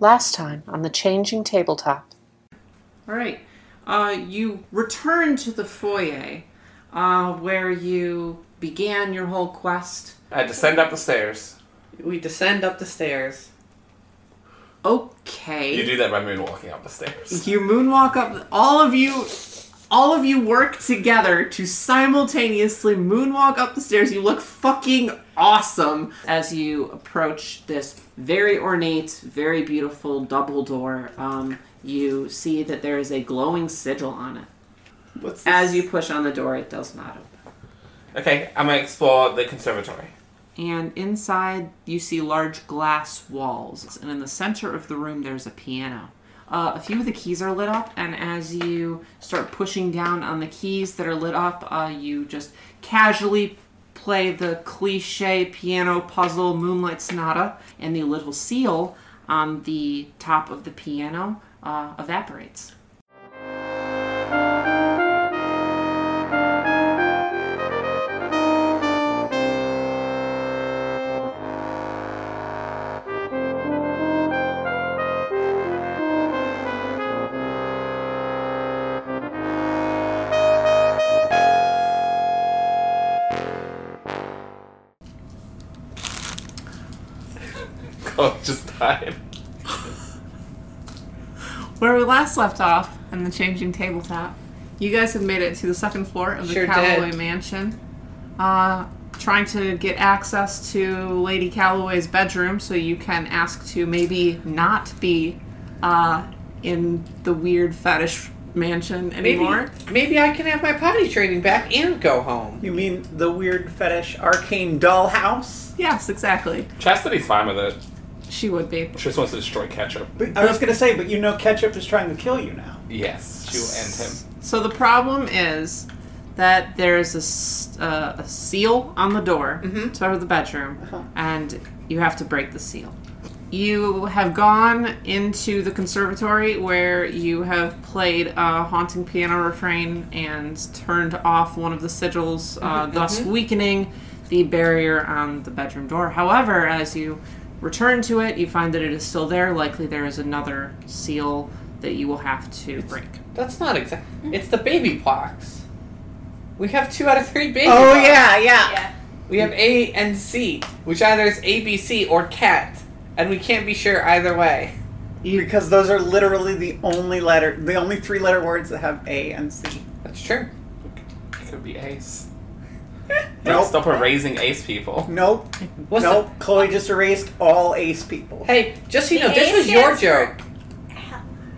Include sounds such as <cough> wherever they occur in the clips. last time on the changing tabletop. All right. Uh, you return to the foyer uh, where you began your whole quest. I descend up the stairs. We descend up the stairs. Okay. You do that by moonwalking up <laughs> the stairs. You moonwalk up. All of you, all of you work together to simultaneously moonwalk up the stairs. You look fucking awesome as you approach this very ornate, very beautiful double door. Um, you see that there is a glowing sigil on it. What's this? As you push on the door, it does not open. Okay, I'm gonna explore the conservatory. <laughs> And inside, you see large glass walls. And in the center of the room, there's a piano. Uh, a few of the keys are lit up, and as you start pushing down on the keys that are lit up, uh, you just casually play the cliche piano puzzle Moonlight Sonata, and the little seal on the top of the piano uh, evaporates. Oh, it just died. Where we last left off on the changing tabletop, you guys had made it to the second floor of the Sure Calloway did. mansion, uh, trying to get access to Lady Calloway's bedroom so you can ask to maybe not be uh, in the weird fetish mansion Maybe, anymore. maybe I can have my potty training back and go home. You mean the weird fetish arcane dollhouse? Yes, exactly. Chastity's fine with it. She would be. She just wants to destroy ketchup. But I was gonna say, but you know, ketchup is trying to kill you now. Yes, she will end him. So the problem is that there's a, s- uh, a seal on the door to the bedroom, and you have to break the seal. You have gone into the conservatory where you have played a haunting piano refrain and turned off one of the sigils, uh, thus weakening the barrier on the bedroom door. However, as you return to it, you find that it is still there. Likely, there is another seal that you will have to break. That's not exact. It's the baby pox. We have two out of three baby Oh pox. yeah, yeah. Yeah. We have A and C, which either is ABC or cat, and we can't be sure either way. Because those are literally the only letter, the only three letter words that have A and C. That's true. It could be ace. Don't Nope. stop erasing ace people. Nope. What's nope. Chloe just erased all ace people. the- hey, just so you The know, this A was your stands for- joke.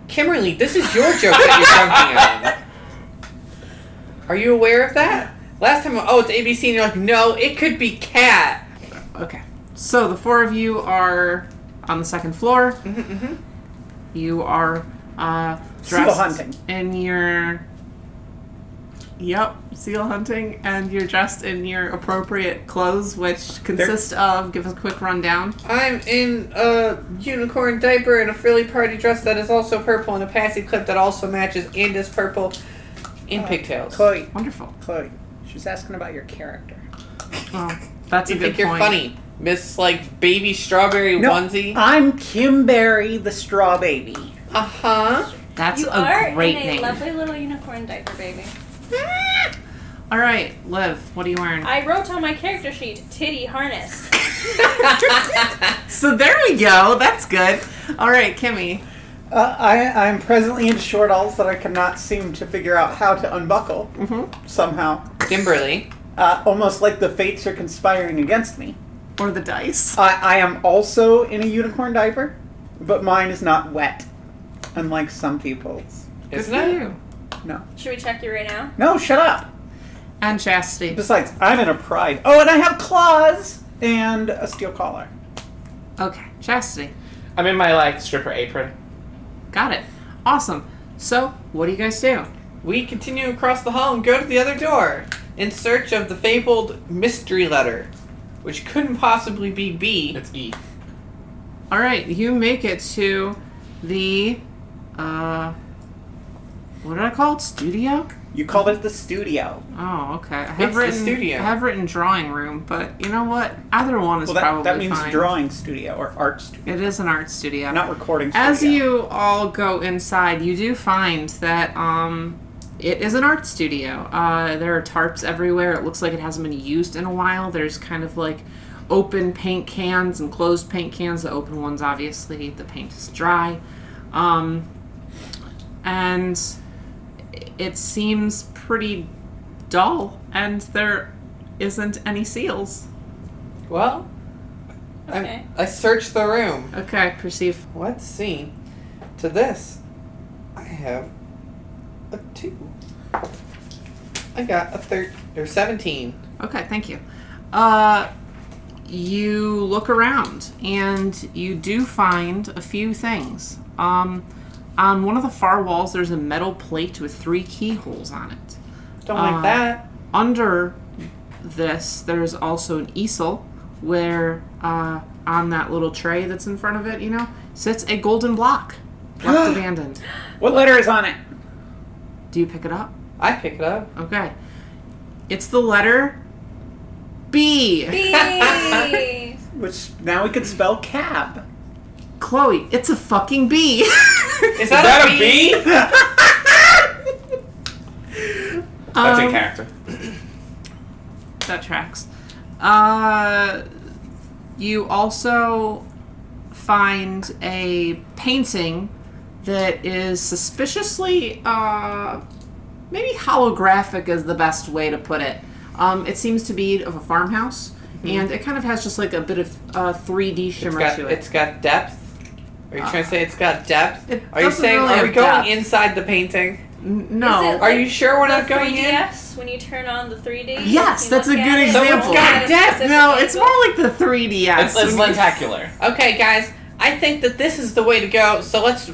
Kimberly, this is your joke that you're dunking on. Are you aware of that? Last time, oh, it's ABC, and you're like, no, it could be cat. Okay. So the four of you are on the second floor. Mm-hmm, You are uh, dressed Seal hunting. in your. Yep, seal hunting, and you're dressed in your appropriate clothes, which consist of. Give us a quick rundown. I'm in a unicorn diaper and a frilly party dress that is also purple and a passy clip that also matches and is purple in pigtails. Uh, Chloe, Wonderful. Chloe, she's asking about your character. <laughs> Well, that's you a good think you're point. funny, Miss like baby strawberry No, onesie? I'm Kim Berry, the straw baby. Uh huh. That's you a are great in a name. lovely little unicorn diaper, baby. <laughs> All right, Liv, what are you <laughs> wearing? I wrote on my character sheet, titty harness. So there we go. That's good. All right, Kimmy. Uh, I, I'm presently in short alls that I cannot seem to figure out how to unbuckle somehow. Kimberly. Uh, almost like the fates are conspiring against me. Or the dice. I, I am also in a unicorn diaper, but mine is not wet, unlike some people's. Isn't good for it? you. No. Should we check you <laughs> right now? No, shut up! And Chastity. Besides, I'm in a pride. Oh, and I have claws! And a steel collar. Okay, Chastity. I'm in my like stripper apron. Got it. Awesome. So, what do you guys do? We continue across the hall and go to the other door in search of the fabled mystery letter, which couldn't possibly be B. It's E. All right, you make it to the uh what did I call it? Studio? You called it the studio. Oh, okay. I have It's the written studio. I have written drawing room, but you know what? Either one is Well, that, probably that means fine. drawing studio or art studio, It is an art studio. not recording studio. As you all go inside, you do find that um, it is an art studio. Uh, there are tarps everywhere. It looks like it hasn't been used in a while. There's kind of like open paint cans and closed paint cans. The open ones, obviously, the paint is dry. Um, and it seems pretty dull, and there isn't any seals. Well, I- Okay. I, searched the room. Okay, perceive. Let's see. To this, I have a two. I got a third or seventeen. Okay, thank you. Uh, you look around and you do find a few things. Um, on one of the far walls, there's a metal plate with three keyholes on it. Don't Uh, like that. Under this, there's also an easel where, uh, on that little tray that's in front of it, you know, sits a golden block left abandoned. what letter is on it? Do you pick it up? I pick it up. Okay. It's the letter B. Bee! Which now we could spell cab. <laughs> Chloe, it's a fucking bee. <laughs> Is Is that E? a bee? That's Um, a character. That tracks. Uh, you also find a painting that is suspiciously, uh, maybe holographic is the best way to put it. Um, it seems to be of a farmhouse, and it kind of has just like a bit of uh, 3D It's shimmer got, to it. it's got depth. Are you trying to say it's got depth? It Are you doesn't saying really are we have going depth. inside the painting? N- no. Is Are you sure we're The not going in? 3DS, when you turn on the 3D. Yes, you that's look a at good it, example. you look at Someone's got a death. specific No, it's angle. more like the 3DS. It's, it's lentacular. Okay, guys, I think that this is the way to go. So let's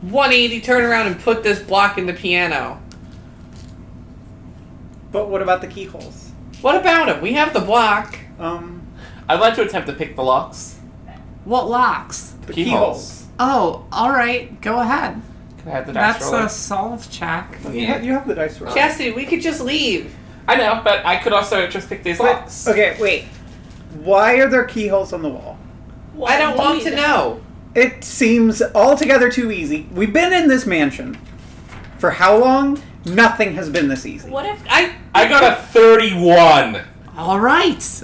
180 turn around and put this block in the piano. But what about the keyholes? What about it? We have the block. Um, I'd like to attempt to pick the locks. what locks? the Keyholes. keyholes. Oh, all right. Go ahead. Can I have the dice That's roller? a solve check. You, have, you have the dice roll. Chastity, we could just leave. I know, but I could also just pick these But- locks. okay, wait. Why are there keyholes on the wall? I don't want to know. It seems altogether too easy. We've been in this mansion for how long? Nothing has been this easy. What if I I got a 31. All right.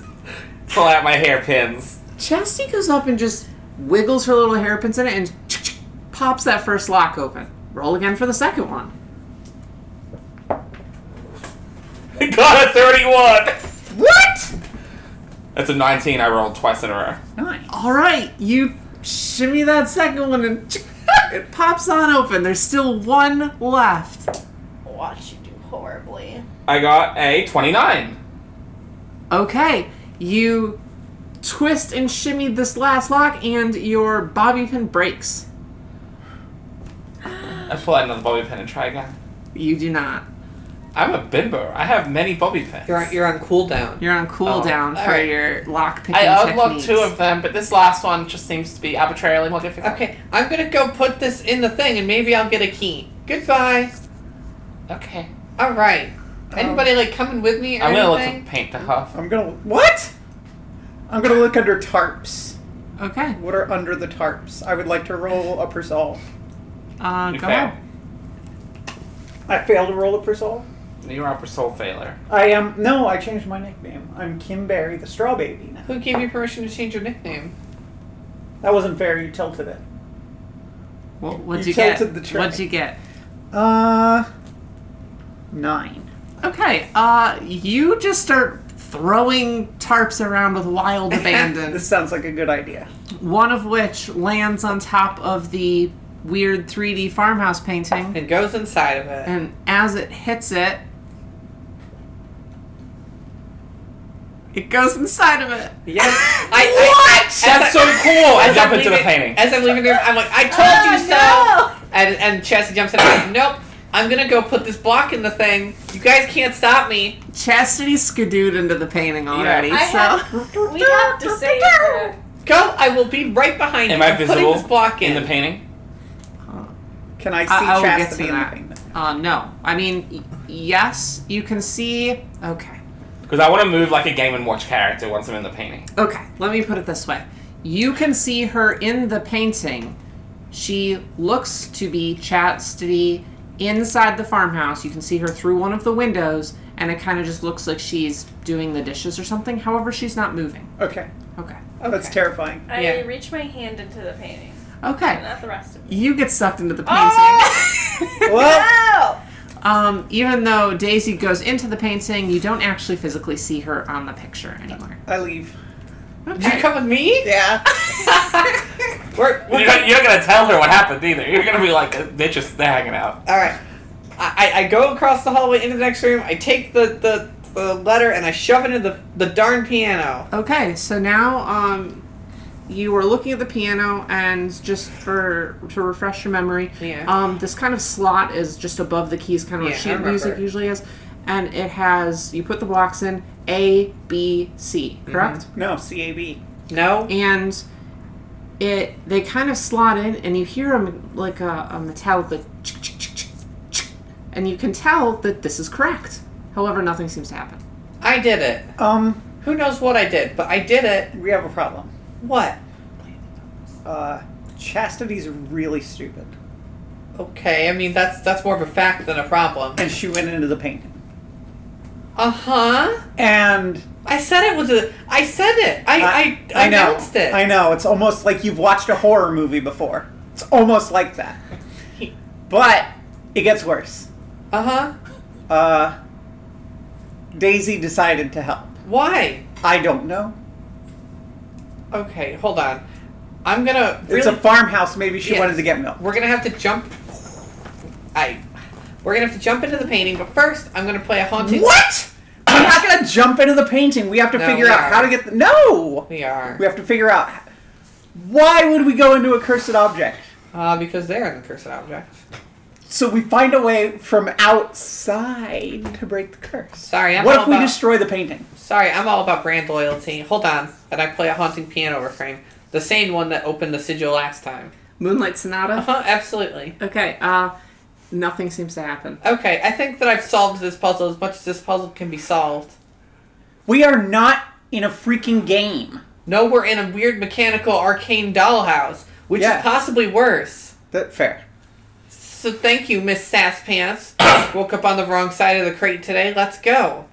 Pull out my hairpins. Chastity goes up and just wiggles her little hairpins in it and pops that first lock open. Roll again for the second one. <laughs> I got a 31. What? That's a 19 I rolled twice in a row. Nine. All right, you shimmy that second one and <laughs> it pops on open. There's still one left. watch you do horribly? I got a 29. Okay, you twist and shimmy this last lock and your bobby pin breaks. I pull out another bobby pin and try again. You do not. I'm a bimbo. I have many bobby pins. you're on, you're on cooldown. You're on cooldown all for right. your lock picking Oh, I unlocked two techniques. of them, but this last one just seems to be arbitrarily more difficult. Okay, I'm gonna go put this in the thing and maybe I'll get a key. Goodbye. Okay. All right. Anybody like coming with me or I'm gonna let anything? them paint the half. I'm gonna. What? I'm gonna look under tarps. Okay, What are under the tarps? I would like to roll a resolve. uh, You go fail. ahead. I failed to roll a resolve. You're a soul failure. I am. No, I changed my nickname. I'm Kim Barry, the straw baby now. Who gave you permission to change your nickname? That wasn't fair. You tilted it. What, what'd You you get? tilted the tray. What'd you get? Uh. Nine. Okay, uh, you just start throwing tarps around with <laughs> wild abandon. This sounds like a good idea. One of which lands on top of the weird 3D farmhouse painting, And goes inside of it. and as it hits it, it goes inside of it. Yes. I, I, what? That's so cool! Oh, I jump into the painting. As I'm leaving the room, I'm like, I told you so. And and Chastity jumps in. I'm like, nope. I'm gonna go put this block in the thing. You guys can't stop me. Chastity skidooed into the painting already, I so. have, we have to save her. Go. I will be right behind you. Am I I'm putting visible this block in in. the painting? Can I see I- I will get chastity to in the that. painting? Uh, no. I mean, y- yes, you can see. Okay. Because I want to move like a Game and Watch character once I'm in the painting. Okay, let me put it this way. You can see her in the painting. She looks to be chastity inside the farmhouse. You can see her through one of the windows, and it kind of just looks like she's doing the dishes or something. However, she's not moving. Okay. Oh, Okay. That's Okay. <laughs> terrifying. I Yeah. reach my hand into the painting, Okay. not the rest of it. You get sucked into the painting. <laughs> Well, Oh! Um, even though Daisy goes into the painting, you don't actually physically see her on the picture anywhere. I leave. Did you come with me? Yeah. We're, You're we're not, you're not gonna tell her what happened either. You're gonna be like, they're just they're hanging out. All right. I, I- I go across the hallway into the next room. I take the, the, the letter and I shove it into the, the darn piano. Okay, so now um, you were looking at the piano, and just for to refresh your memory, Yeah. um, this kind of slot is just above the keys, kind of Yeah, I like sheet remember. music usually is, and it has you put the blocks in A, B, C, Mm-hmm. correct? No, CAB. No? And it they kind of slot in, and you hear a, m- like a, a metallic like, chick, chick, chick, chick, chick, and you can tell that this is correct. However, nothing seems to happen. I did it. Um, Who knows what I did, but I did it. we have a problem. What? Uh, Chastity's really stupid, Okay, I mean that's that's more of a fact than a problem. and she went into the painting. Uh huh. And I said it was a. I said it. I I, I, know, announced it. I know. It's almost like you've watched a horror movie before. It's almost like that. But it gets worse. Uh huh. Uh, Daisy decided to help. Why? I don't know. Okay, hold on. I'm gonna. Really, It's a farmhouse. Maybe she Yeah. wanted to get milk. we're gonna have to jump. I. We're gonna have to jump into the painting, but first I'm gonna play a haunted. What? We're not gonna jump into the painting. We have to No, figure we out are. how to get. The, no, We are. we have to figure out why would we go into a cursed object. Uh, because they're an accursed object. So we find a way from outside to break the curse. Sorry, I'm what all if we about- destroy the painting? Sorry, I'm all about brand loyalty. Hold on, and I play a haunting piano refrain, the same one that opened the sigil last time. Moonlight Uh Sonata. huh. Absolutely. Okay, uh, nothing seems to happen. Okay, I think that I've solved this puzzle as much as this puzzle can be solved. We are not in a freaking game. No, we're in a weird mechanical arcane dollhouse, which Yeah. is possibly worse. That fair. So thank you, Miss Sass Pants. <coughs> Woke up on the wrong side of the crate today. Let's go.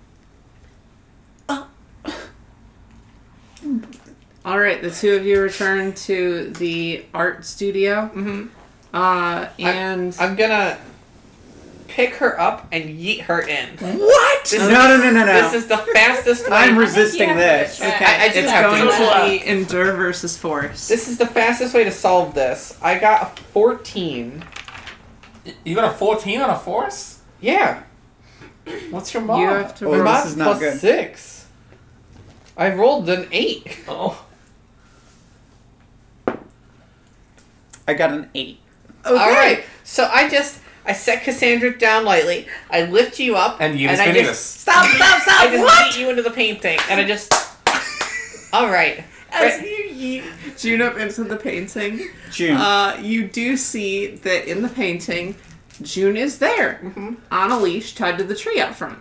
All right, the two of you return to the art studio. Mhm. Uh, and I'm gonna pick her up and yeet her in. What? This no, is- no, no, no, no. This is the fastest way. I'm I think you resisting have to this. try. I, I do it's have going to. to be endure versus force. This is the fastest way to solve this. I got a 14. You got a 14 on a force? Yeah. What's your mod? you have to Oh, roll. this Mod's is not plus good. six. I rolled an eight. Oh. I got an eight. All right. So I just I set Cassandra down lightly. I lift you up, And you I spinning just this. stop, stop, stop. I just yeet you into the painting, and I just. All right. As you yeet June up into the painting, June. uh, you do see that in the painting, June is there Mm-hmm. on a leash tied to the tree out front.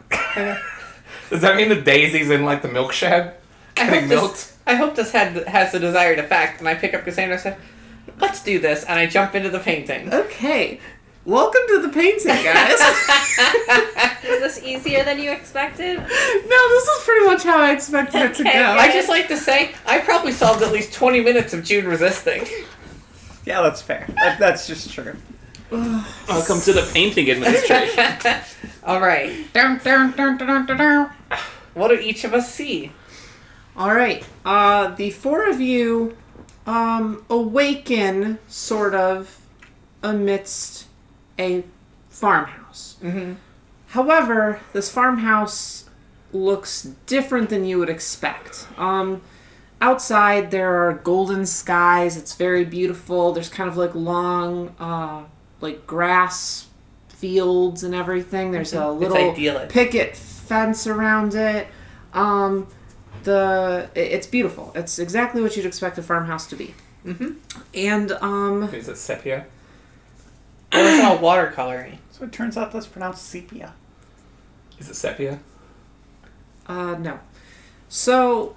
Does that mean the daisy's in like the milk shed? I hope Getting milked? this, I hope this had has the desired effect, and I pick up Cassandra and I said, "Let's do this," and I jump into the painting. Okay, welcome to the <laughs> painting, guys. <laughs> Was this easier than you expected? no, this is pretty much how I expected it to Okay. go. I just like to say I probably solved at least twenty minutes of June resisting. yeah, that's fair. That, that's just true. Welcome to the painting administration. <laughs> All right. What do each of us see? All right. Uh, the four of you um, awaken, sort of, amidst a farmhouse. Mm-hmm. However, this farmhouse looks different than you would expect. Um, outside, there are golden skies. It's very beautiful. There's kind of like long, uh, like grass fields and everything. There's a <laughs> It's little idyllic. picket fence around it. Um, the i- it's beautiful. It's exactly what you'd expect a farmhouse to be. Mm-hmm. And um, Is it sepia? It was all watercoloring. So it turns out that's pronounced sepia. Is it sepia? Uh, no. So,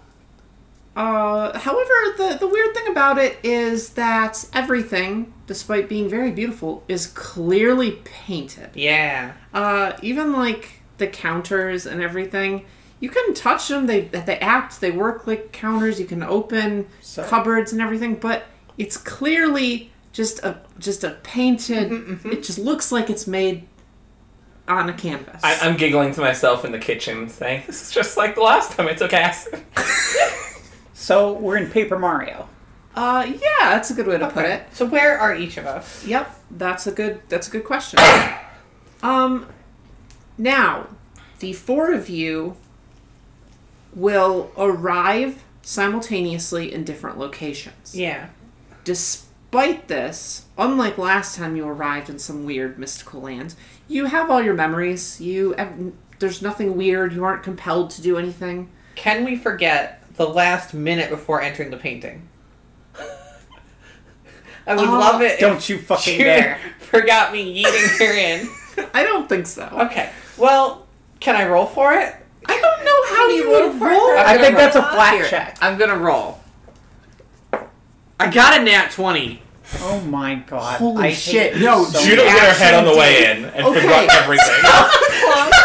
uh, however, the, the weird thing about it is that everything, despite being very beautiful, is clearly painted. Yeah. Uh, even like the counters and everything, you can touch them. They they act. They work like counters. You can open So- cupboards and everything, but it's clearly just a just a painted. It just looks like it's made on a canvas. I, I'm giggling to myself in the kitchen, saying, "This is just like the last time I took acid." So we're in Paper Mario. uh, yeah, that's a good way to put it. So where are each of us? Yep, that's a good that's a good <coughs> question. um now, the four of you will arrive simultaneously in different locations. Yeah. Despite this, unlike last time you arrived in some weird mystical land, you have all your memories. You ev- there's nothing weird. You aren't compelled to do anything. Can we forget the last minute before entering the painting? I would Oh, love it. <laughs> Don't you fucking dare. Forgot me yeeting her in. I don't think so. Okay. Well, can I roll for it? I don't know how you would roll. I'm I gonna think that's a roll. flat Here, check. I'm gonna roll. I got a nat <laughs> twenty. Oh my god. Holy I hate shit. you No, so Judah much. hit her head on the actually way in and Okay. forgot <laughs> everything. <laughs>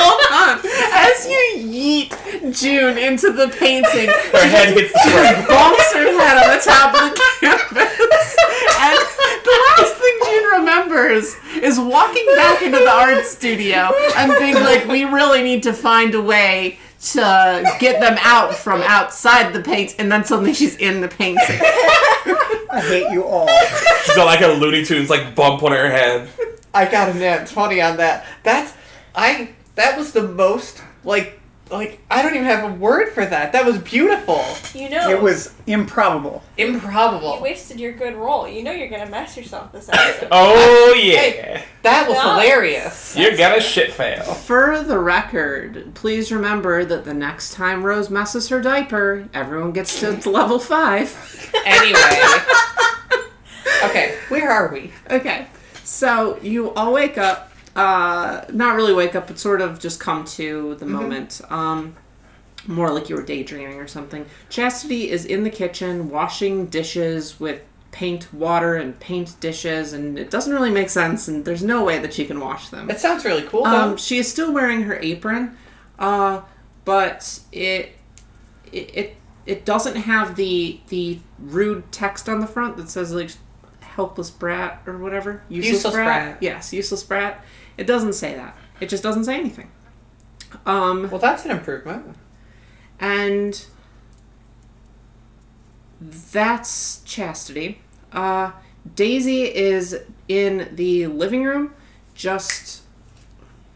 Hold on. As you yeet June into the <laughs> painting, her head hits <laughs> the floor. bonks her head on the top of the canvas. And the last thing June remembers is walking back into the art studio and being like, we really need to find a way to get them out from outside the paint. And then suddenly she's in the painting. I hate you all. She's got like a Looney Tunes like bump on her head. I got a nat twenty on that. That's I. That was the most like like I don't even have a word for that. That was beautiful, You know, It was improbable. you improbable. wasted your good roll. You know you're gonna mess yourself this episode. Oh yeah, Hey. That was Nice. <laughs> hilarious. you're gonna shit fail. For the record, please remember that the next time Rose messes her diaper, everyone gets to level five. Anyway. Okay, where are we? Okay. So you all wake up, uh, not really wake up, but sort of just come to the moment. Um, more like you were daydreaming or something. Chastity is in the kitchen washing dishes with paint water and paint dishes, and it doesn't really make sense, and there's no way that she can wash them. That sounds really cool. Um, though. she is still wearing her apron, uh, but it, it it it doesn't have the the rude text on the front that says like helpless brat or whatever Useless brat. Yes, useless brat. It doesn't say that. It just doesn't say anything. Um, well, that's an improvement. and that's chastity. Uh, Daisy is in the living room, just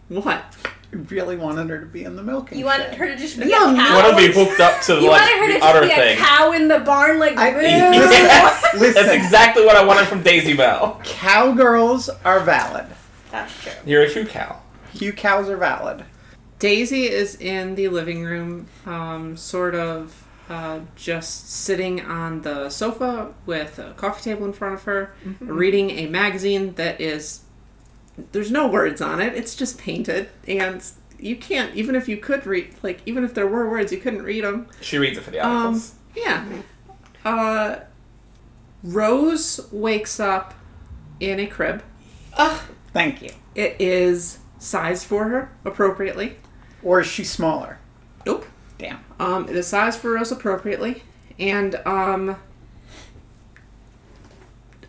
what? I really wanted her to be in the milking. You wanted shed. her to just be No, a you cow. You want to be hooked up to You like wanted her to the just other be thing. a cow in the barn, like <laughs> I- "Boo." Yes. Listen, <laughs> That's exactly what I wanted from Daisy Bell. cowgirls are valid. That's true. You're a shoe cow. You cows are valid. Daisy is in the living room, um, sort of uh, just sitting on the sofa with a coffee table in front of her, reading a magazine that is. There's no words on it, it's just painted. And you can't, even if you could read, like, even if there were words, you couldn't read them. She reads it for the Um, articles. yeah. Uh, Rose wakes up in a crib. Ugh, Thank you. It is sized for her appropriately. Or is she smaller? Nope. Damn. Um, it is sized for Rose appropriately, and um,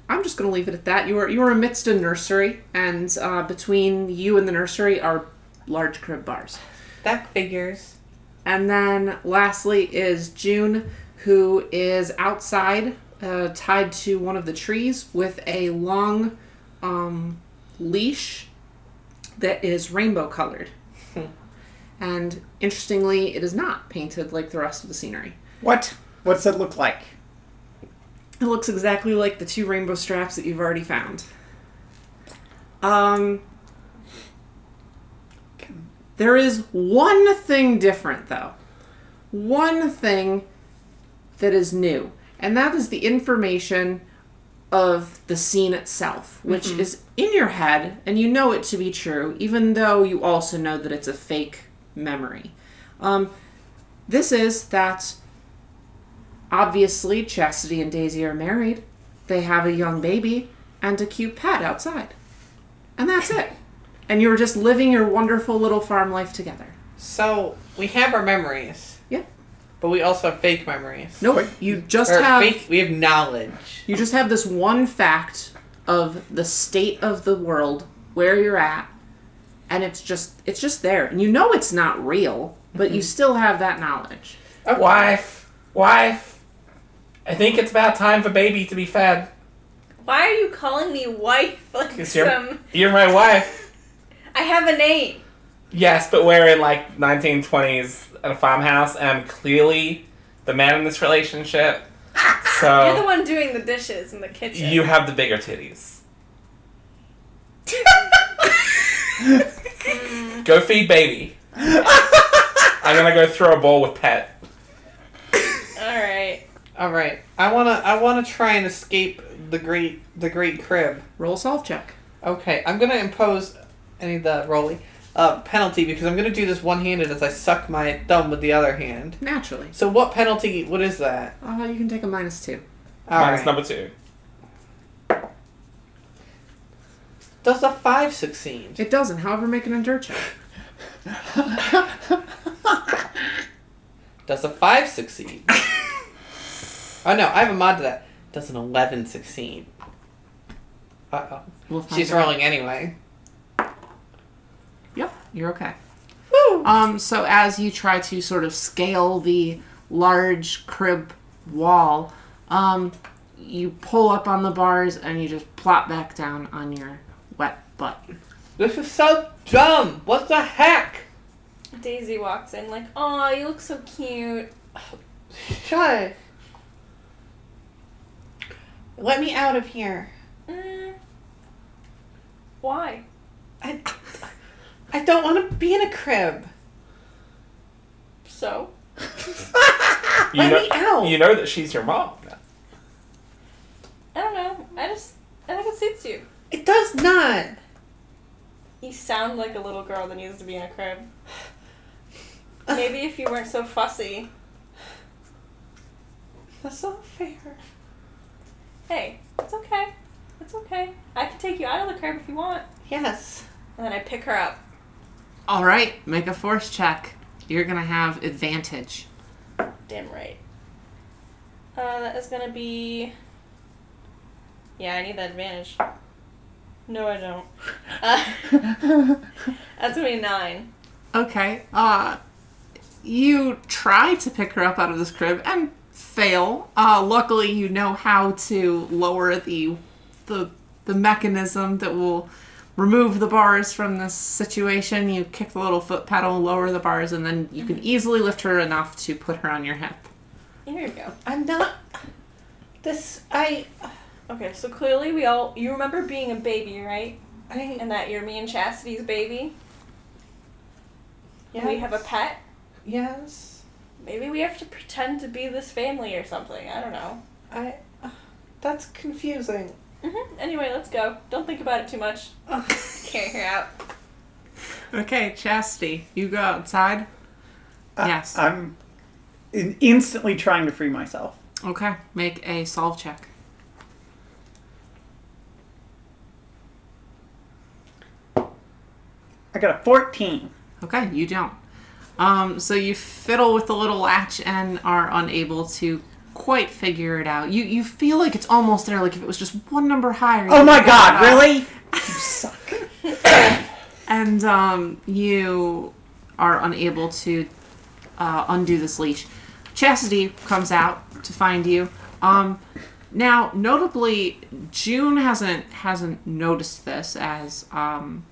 I'm just going to leave it at that. You are you are amidst a nursery, and uh, between you and the nursery are large crib bars. that figures. And then lastly is June, who is outside, uh, tied to one of the trees with a long um, leash that is rainbow colored. and interestingly, it is not painted like the rest of the scenery. What? What's it look like? It looks exactly like the two rainbow straps that you've already found. Um, there is one thing different, though. One thing that is new, and that is the information of the scene itself, which is in your head and you know it to be true, even though you also know that it's a fake memory. Um, this is that obviously Chastity and Daisy are married, they have a young baby, and a cute pet outside. And that's it. And you're just living your wonderful little farm life together. So we have our memories, Yeah. but we also have fake memories. Nope. You just Or have fake. We have knowledge. You just have this one fact of the state of the world, where you're at, and it's just it's just there. And you know it's not real, but you still have that knowledge. Wife, wife, I think it's about time for baby to be fed. Why are you calling me wife? <laughs> Like Cause you're, some. you're my wife. I have a name. Yes, but we're in like 1920s at a farmhouse, and I'm clearly the man in this relationship. <laughs> You're the So one doing the dishes in the kitchen. Oh. <laughs> you have the bigger titties. Mm, go feed <laughs> baby. I'm gonna go throw a ball with pet. All right. All right. I wanna. I wanna try and escape the great. The great crib. Roll solve check. Okay. I'm gonna impose any of the rolly uh, penalty because I'm gonna do this one handed as I suck my thumb with the other hand. Naturally. So what penalty? What is that? Uh, you can take a minus two. All Mine's right. number two. Does a five succeed? It doesn't, however, make an endure check. Does a five <laughs> succeed? oh no, I have a mod to that. Does an eleven succeed? Uh We'll oh. find She's out. rolling anyway. Yep, you're okay. Woo! Um, so as you try to sort of scale the large crib wall, um, you pull up on the bars and you just plop back down on your wet butt. This is so dumb. What the heck? Daisy walks in like, "Oh, you look so cute." Shut. Let me out of here. Mm. Why? I, I don't want to be in a crib. So? You Let know, me out. You know that she's your mom. I don't know. I just I think it suits you. It does not. You sound like a little girl that needs to be in <sighs> a crib. Maybe if you weren't so fussy. That's not fair. Hey, it's okay. It's okay. I can take you out of the crib if you want. Yes. And then I pick her up. All right, make a force check. You're gonna have advantage. Damn right. Uh, that is gonna be. Yeah, I need that advantage. No, I don't. Uh, <laughs> that's gonna be nine. Okay. Uh, you try to pick her up out of this crib and fail. Uh, luckily, you know how to lower the the the mechanism that will remove the bars from this situation. You kick the little foot pedal, lower the bars, and then you can easily lift her enough to put her on your hip. Here you go. I'm not. This. I. Okay, so clearly we all. You remember being a baby, right? I. And that you're me and Chastity's baby. And we have a Yes. pet. Yes. Maybe we have to pretend to be this family or something. I don't know. I. uh, That's confusing. Mm-hmm. hmm Anyway, let's go. Don't think about it too much. Oh. <laughs> Can't hear out. Okay, Chastity, you go outside. yes. I'm in- instantly trying to free myself. okay, make a solve check. I got a 14. Okay, you don't. Um, so you fiddle with the little latch and are unable to quite figure it out. You you feel like it's almost there, like if it was just one number higher. Oh you my could get god, it out. really? You suck. And um, you are unable to uh, undo this leash. Chastity comes out to find you. Um, now, notably, June hasn't hasn't noticed this as um,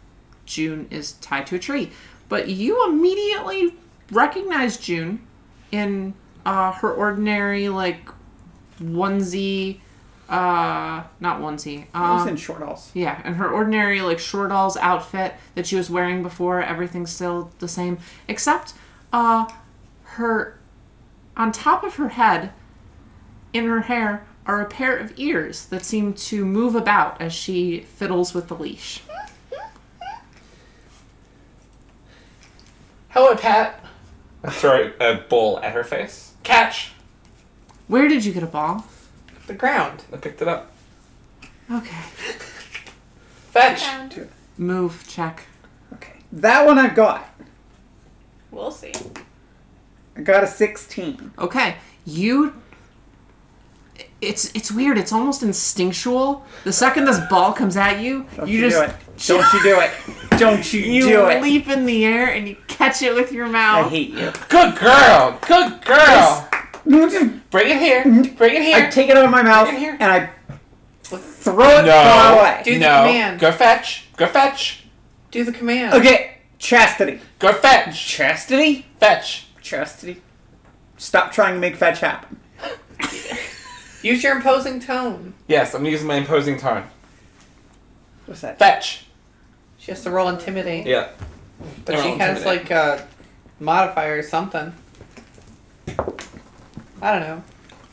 June is tied to a tree, but you immediately recognize June in uh, her ordinary like onesie, uh, not onesie. I Um, was in short halls. yeah, and her ordinary like Shordall's outfit that she was wearing before, everything's still the same, except uh her on top of her head in her hair are a pair of ears that seem to move about as she fiddles with the leash. Hello, Pat. I throw a ball at her face. Catch! Where did you get a ball? The ground. I picked it up. Okay. Fetch! Found. Move check. Okay. That one I got. We'll see. I got a 16. Okay, you. It's it's weird. It's almost instinctual. The second this ball comes at you, Don't you, you, just do it. Don't you do it. Don't <laughs> you, you do it. leap in the air and you catch it with your I mouth. hate you. Good girl! Good Oh. girl! No, just- Bring it here! Bring it I here! take it out of my mouth Right here. and I throw it far away. Do the no. command. Go fetch! Go fetch! Do the command. Okay, chastity. Go fetch! Chastity? Fetch! Chastity. Stop trying to make fetch happen. Use your imposing tone. Yes, I'm using my imposing tone. What's that? Fetch! She has to roll intimidate. Yeah. But Roll she has intimidate. like a modifier or something. I don't know.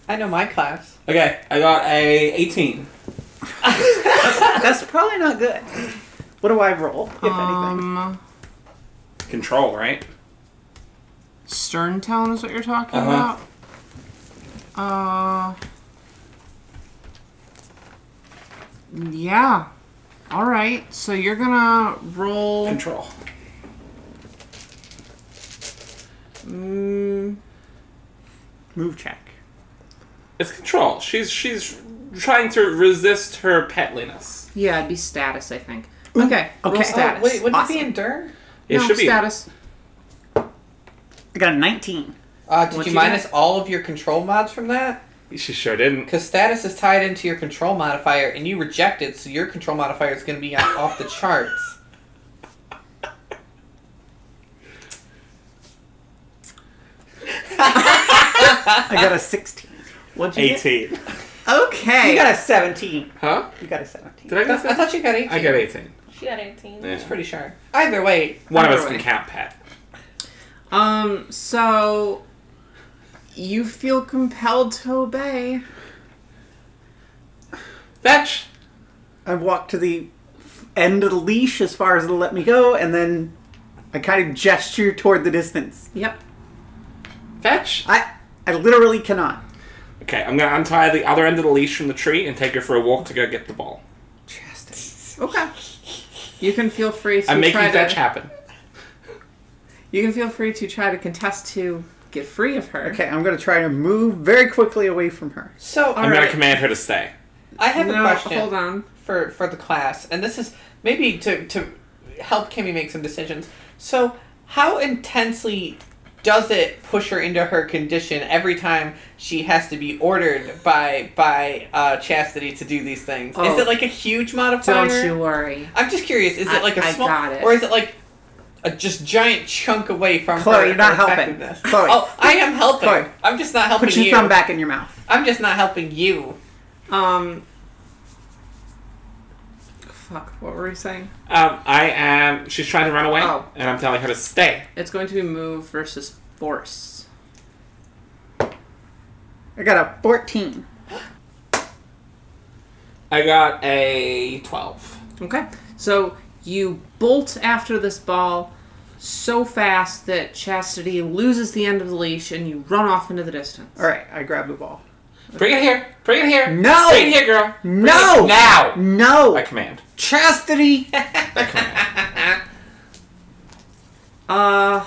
I know my class. Okay, I got a 18. That's probably not good. What do I roll, if anything? Um, Control, right? stern tone is what you're talking Uh-huh. about. Uh. Yeah. All right. So you're gonna roll. Control. Mm, Move check. It's control. She's she's trying to resist her petliness. yeah, it'd be status, I think. Okay. Roll okay. status. Oh, wait, wouldn't it Awesome. be endure? It no, should be status. I got a 19. Uh, did What'd you you get? minus all of your control mods from that? She sure didn't. Because status is tied into your control modifier, and you reject it, so your control modifier is going to be on- off the charts. I got a 16. What'd you get? 18. Okay. You got a 17. Huh? You got a 17. Did I I get that? thought you got 18. I got 18. She got 18. Yeah. That's pretty sure. Either way, One of us Either can way. count Pat. Um, so you feel compelled to obey. Fetch! I walk to the end of the leash as far as it'll let me go, and then I kind of gesture toward the distance. Yep. Fetch! I, I literally cannot. Okay, I'm gonna untie the other end of the leash from the tree and take her for a walk to go get the ball. Okay. You can feel free to I'm making try to, fetch happen. You can feel free to try to contest to get free of her. Okay, I'm gonna try to move very quickly away from her. so I'm Alright. gonna command her to stay. I have No, a question. hold on. for for the class and this is maybe to to help kimmy make some decisions so how intensely does it push her into her condition every time she has to be ordered by by uh, chastity to do these things is Oh. it like a huge modifier Don't you worry. i'm just curious is I- it like a I small got it. or is it like a just giant chunk away from Chloe, her you're not helping. effectiveness? Chloe. oh i am helping Chloe, i'm just not helping Put your you thumb back in your mouth. i'm just not helping you Um Fuck, what were we saying? Um, I am. She's trying to run away, Oh. and I'm telling her to stay. It's going to be move versus force. I got a 14. I got a 12. Okay. So you bolt after this ball so fast that Chastity loses the end of the leash and you run off into the distance. All right, I grab the ball. Bring it here! Bring it here! No! Stay here, girl! Bring No! It now! No! I command. Chastity! Can I command. Uh,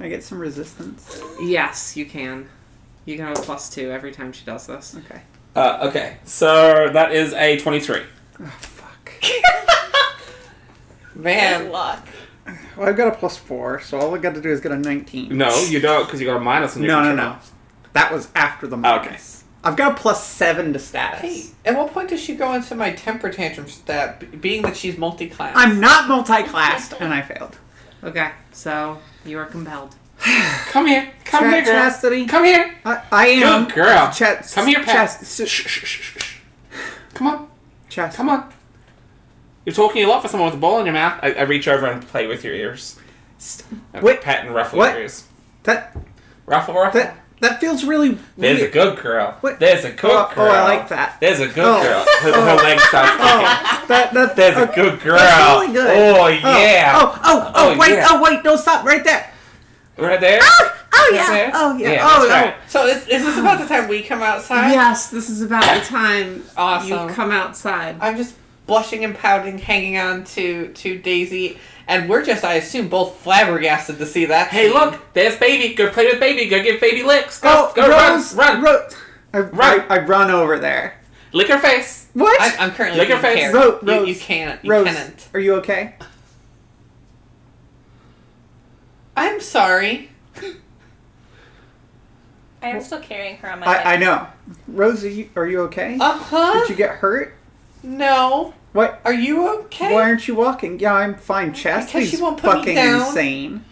I get some resistance? yes, you can. You can have a plus two every time she does this. Okay. Uh, okay, so that is a 23. Fuck. Good man luck. Well, I've got a plus 4, so all I got to do is get a 19. No, you don't, because you got a minus on your No, no, control. no. That was after the minus. I've got a plus 7 to status. Hey, at what point does she go into my temper tantrum stat, b- being that she's multi-class? I'm not multi-classed, and I failed. Okay, so you are compelled. Come here. Come Cha- here, girl. Chastity. Come here. I, I am... Good girl. Cha- Come here, Pat. shh, Chas- shh, shh, shh. Come on. Chastity. Come on. You're talking a lot for someone with a ball in your mouth. I, I reach over and play with your ears. I Wait, pat and ruffle what? your ears. That... Ruffle, ruffle. That... That feels really There's a weird. good girl. What? There's a good oh, girl. oh, I like that. There's a good Oh. <laughs> girl. Her, her leg starts kicking. Oh, <laughs> that that There's a okay. good girl. That's really good. Oh Oh, yeah. Oh, oh, oh, Oh, wait, yeah. oh, wait, no, stop right there. Right there. Oh, Right yeah. there? Oh, yeah. Yeah, oh, that's oh. right. So is, is this about the time we come outside? Yes, this is about the time Awesome. you come outside. I'm just blushing and pouting, hanging on to to Daisy, and we're just, I assume, both flabbergasted to see that. Hey, scene. look. There's baby. Go play with baby. Go give baby licks. Go. Oh, go Rose, run. Run. Ro- I, Run. I, I run over there. Lick her face. What? I, I'm currently Lick her being face. paired. You- Ro- you, Rose. can't. You Rose, cannot. are you okay? I'm sorry. I am still carrying her on my I, I head. know. Rose, are you, are you okay? Uh huh. Did you get hurt? no. What? Are you okay? Why aren't you walking? Yeah, I'm fine. Because Chastity's she won't put me fucking down. insane.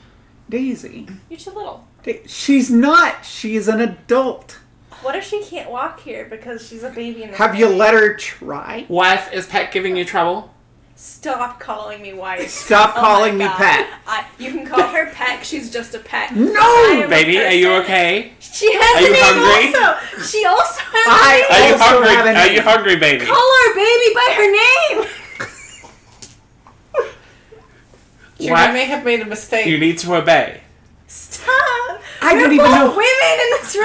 Daisy. You're too little. Da- She's not. She is an adult. What if she can't walk here because she's a baby? In the Have you let her try? Wife, is Pet giving you trouble? Stop calling me <laughs> wife. Stop Oh my calling me God. Pat. I, you can call her Peck. She's just a Peck. No, I am a Baby, are you person- okay? She has Are a you name hungry? also. She also has I- a Are name. you Also hungry? have a Are you name. hungry, baby? Call her baby by her name. <laughs> Junior What? may have made a mistake. You need to obey. Stop. I We're don't even both know- women in this <laughs>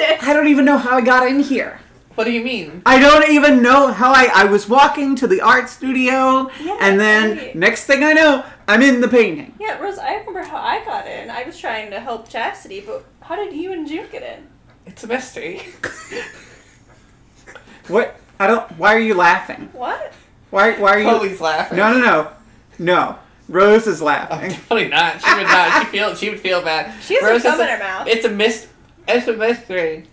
relationship. I don't even know how I got in here. what do you mean? I don't even know how I I was walking to the art studio Yeah, and then right. next thing I know, I'm in the painting. Yeah, Rose. I remember how I got in. I was trying to help Chastity, but how did you and June get in? It's a mystery. <laughs> What? I don't why are you laughing? What? Why why are you Chloe's laughing. No, no, no. No. Rose is laughing. Probably not. She would not. She feel. She would feel bad. She has a Rose thumb is in her mouth. It's a mist. It's a mystery.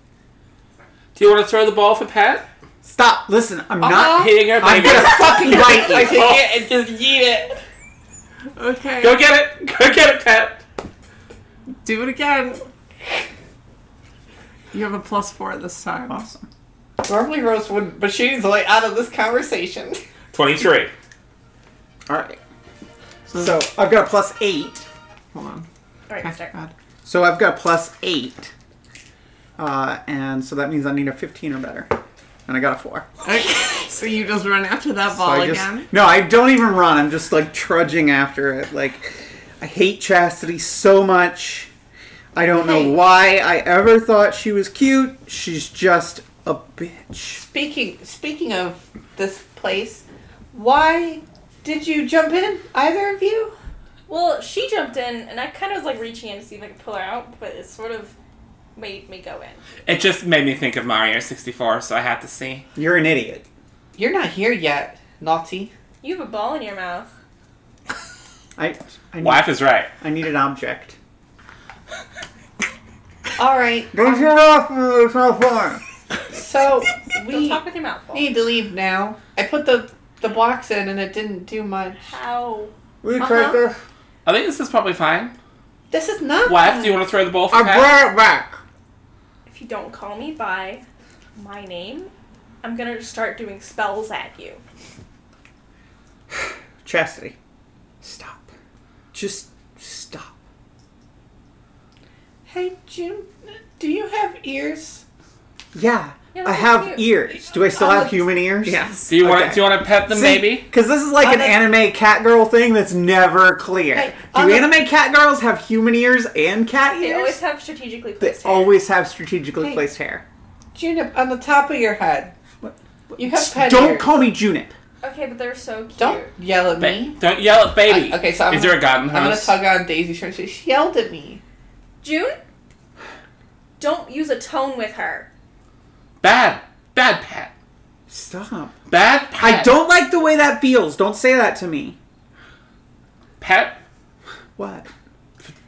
Do you want to throw the ball for Pet? Stop. Listen, I'm Uh-huh. not Hitting her I'm baby. going to <laughs> fucking I bite you. Oh. can get it. Just eat it. Oh. Okay. Go get it. Go get it, Pet. Do it again. You have a plus four this time. Awesome. Normally Rose would, but she's like out of this conversation. 23. All right. So, I've got a plus 8. Hold on. All right, start. God. So I've got plus eight, uh, and so that means I need a fifteen or better, and I got a four. Okay. <laughs> So you just run after that So ball I just- again. no, I don't even run. I'm just like trudging after it. Like I hate Chastity so much. I don't know Hey. why I ever thought she was cute. She's just a bitch. Speaking speaking of this place, why did you jump in? Either of you? Well, she jumped in, and I kind of was like reaching in to see if I could pull her out, but it sort of made me go in. It just made me think of Mario 64, so I had to see. You're an idiot. You're not here yet, naughty. You have a ball in your mouth. I I need, Wife is right. I need an object. All right. Don't get off me! It's not fun. So <laughs> Don't we talk with your mouth full. need to leave now. I put the the blocks in, and it didn't do much. How? We take Uh-huh. this. I think this is probably fine. This is not. Wife, do you want to throw the ball for I Pat? brought it back. If you don't call me by my name, I'm gonna start doing spells at you. Chastity, stop. Just stop. Hey June, do you have ears? Yeah, Yeah, I that's have cute. ears. Do I still have Uh, human ears? Do you want to Okay. do you want to pet them maybe? Because this is like On an the- anime cat girl thing that's never clear. Hey, Do on the- anime cat girls have human ears and cat They always ears? have strategically They placed hair. always have strategically Hey. placed hair. Junip, on the top of your head. What- You have pet Don't ears. call me Junip. Okay, but they're so cute. Don't yell at Ba- me. don't yell at baby. I- okay, so I'm is there a god in the I'm gonna house? tug on Daisy's shirt. She she yelled at me. June. Don't use a tone with her. Bad, bad pet, Stop. bad pet. I don't like the way that feels. Don't say that to me. pet What?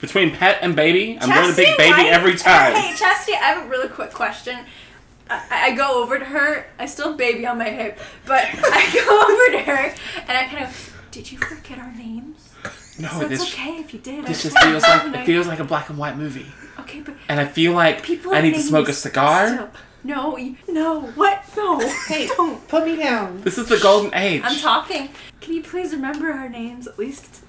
between pet and baby. I'm going to Chastity, pick baby why- every time. Hey, Chastity, I have a really quick question. I, I go over to her. I still have baby on my hip, but <laughs> I go over to her and I kind of, did you forget our names? no, so Oh, this it's okay if you did. this I just feels <laughs> like I- it feels like a black and white movie, okay, but and I feel like people. I have need to names smoke a cigar. still. No, you- no, what? No, Hey. don't. Put me down. This is the golden age. I'm talking. Can you please remember our names at least?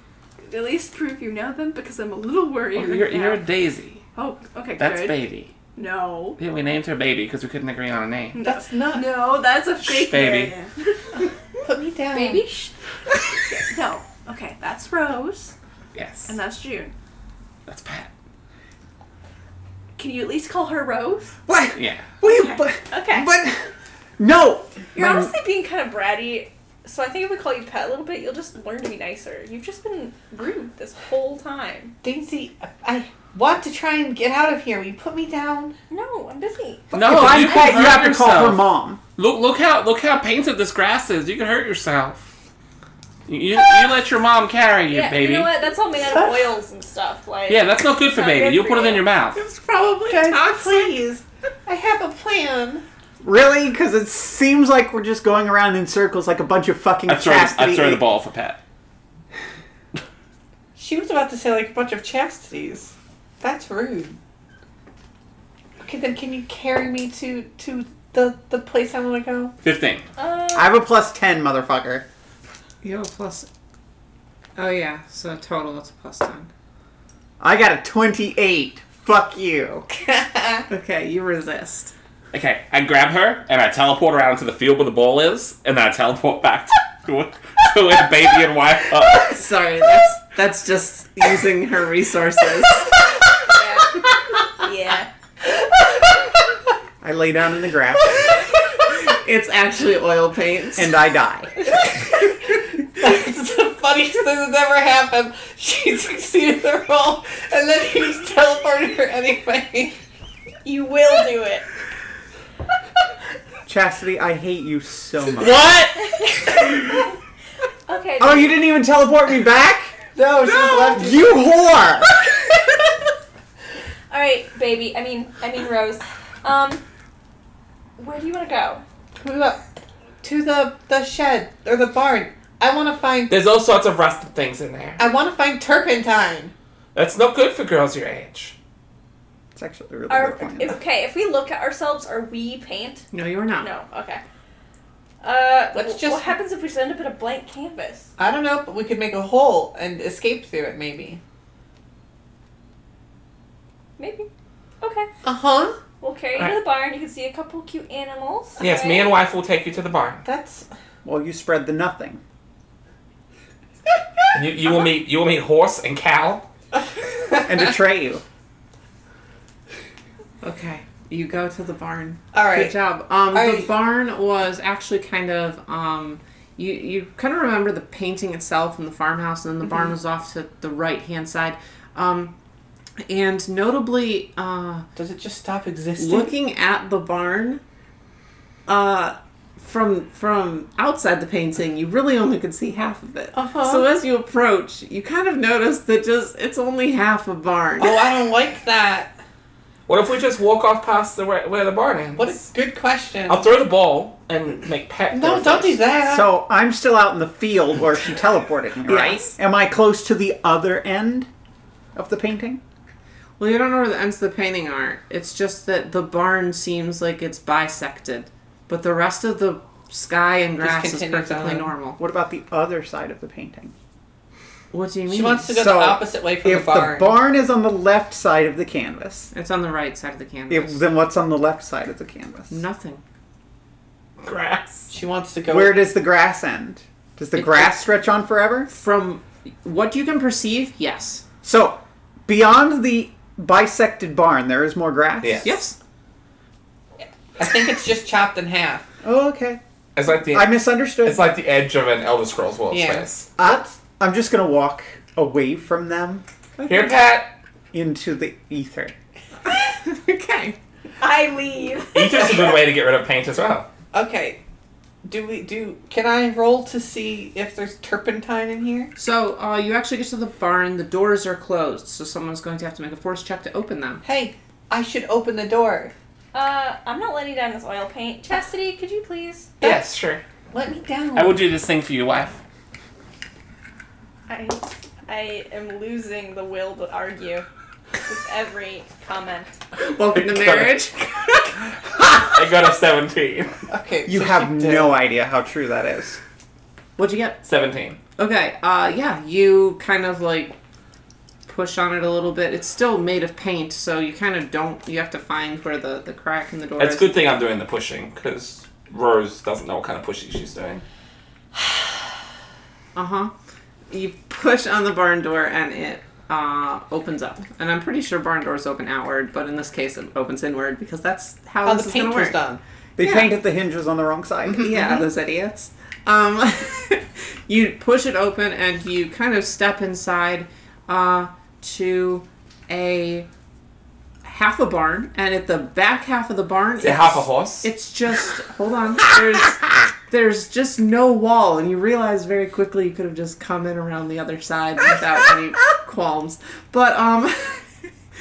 At least prove you know them because I'm a little worried. Oh, You're, right you're a now. daisy. Oh, okay, That's good. baby. No. Yeah, we named her Baby because we couldn't agree on a name. <laughs> That's not. No, that's a fake baby. narrative. Put me down. Baby? Sh- No. Okay, that's Rose, Yes. and that's June. That's Pat. Can you at least call her Rose? What? Yeah. What are you? But, okay. but no. You're My- honestly being kind of bratty, so I think if we call you Pat a little bit, you'll just learn to be nicer. You've just been rude this whole time. Daisy, I want to try and get out of here. Will you put me down? No, I'm busy. No, if I'm you Pat, can you have hurt to call her Oh, yourself. mom. Look! Look how look how painted this grass is. You can hurt yourself. You you, you let your mom carry you, yeah, baby. you know what? That's all made out <laughs> of oils and stuff. Like yeah, that's not good for Not baby. good You'll for put it in you. your mouth. It's probably Guys, toxic. Please, I have a plan. Really? Because it seems like we're just going around in circles like a bunch of fucking I throw, I chastity. throw the ball for Pat. She was about to say like a bunch of chastities. That's rude. Okay, then can you carry me to to the the place I want to go? Fifteen. I Uh, have a plus ten, motherfucker. You have a plus. Oh yeah, so total it's a plus ten. I got a twenty-eight. Fuck you. <laughs> Okay, you resist. Okay, I grab her and I teleport around to the field where the ball is, and then I teleport back to, to, to where baby and wife are. Sorry, that's that's just using her resources. yeah. yeah. I lay down in the grass It's actually oil paints. and I die. It's the funniest thing that's ever happened. She succeeded the role, and then he just teleported her anyway. <laughs> You will do it. Chastity, I hate you so much. What? Okay. Oh, you didn't even teleport me back? No, she just left. You whore! All right, baby. I mean, I mean Rose. Um, where do you want to go? To the, to the the shed or the barn. I want to find. There's all sorts of rusted things in there. I want to find turpentine. That's not good for girls your age. It's actually a really Are, good plan. if, okay, if we look at ourselves, are we paint? no, you're not. No. Okay. Uh, Let's wh- just- what happens if we end up in a blank canvas? I don't know, but we could make a hole and escape through it, maybe. Maybe. Okay. Uh Uh-huh. huh. We'll carry you to the barn. You can see a couple cute animals. Yes, me and wife will take you to the barn. That's well, you spread the nothing. You, you will meet you will meet horse and cow. And <laughs> betray you. Okay, you go to the barn. all Good right. job. Um, All the right. barn was actually kind of um, you you kind of remember the painting itself and the farmhouse, and then the barn was off to the right hand side. Um, and notably, uh, Does it just stop existing? looking at the barn, uh, from from outside the painting, you really only could see half of it. Uh-huh. So as you approach, you kind of notice that just it's only half a barn. Oh, I don't like that. What if we just walk off past the where, where the barn is? What a good question. I'll throw the ball and make Pat. no, go don't do first. that. So I'm still out in the field where she teleported me, right? Yes. Am I close to the other end of the painting? Well, you don't know where the ends of the painting are. It's just that the barn seems like it's bisected, but the rest of the sky and grass is continues perfectly on. normal. What about the other side of the painting? What do you mean? she wants to go So, the opposite way from if the barn. the barn is on the left side of the canvas, It's on the right side of the if, canvas. then what's on the left side of the canvas? Nothing. Grass. she wants to go. Where does the grass end? Does the It- grass stretch on forever? From what you can perceive, yes, So, beyond the bisected barn, there is more grass? Yes. yes. I think it's just chopped in half. Oh, okay. It's like the I misunderstood. it's like the edge of an Elder Scrolls world Yeah. space. I, I'm just going to walk away from them Here, Pat. into the ether. <laughs> okay. <laughs> I leave. Ether's a good way to get rid of paint as well. Okay. Do we do? Can I roll to see if there's turpentine in here? So uh, you actually get to the barn. The doors are closed, so someone's going to have to make a force check to open them. Hey, I should open the door. Uh, I'm not letting down this oil paint. Chastity, could you please? Yes, sure. Let me down. I will do this thing for you, wife. I, I am losing the will to argue with every comment. Welcome to Okay. marriage. I got a 17. okay. You so have she did. no idea how true that is. What'd you get? 17. Okay. Uh, yeah. You kind of like push on it a little bit. It's still made of paint, so you kind of don't. You have to find where the the crack in the door It's a is. good thing I'm doing the pushing because Rose doesn't know what kind of pushing she's doing. Uh huh. You push on the barn door and it uh, opens up. And I'm pretty sure barn doors open outward, but in this case it opens inward because that's how, How this the is going paint to was work. done. They Yeah. painted the hinges on the wrong side. Mm-hmm. Yeah, those idiots. Um, <laughs> you push it open and you kind of step inside uh, to a half a barn, and at the back half of the barn, Is it half a horse? It's just hold on. There's there's just no wall, and you realize very quickly you could have just come in around the other side without any qualms. But um,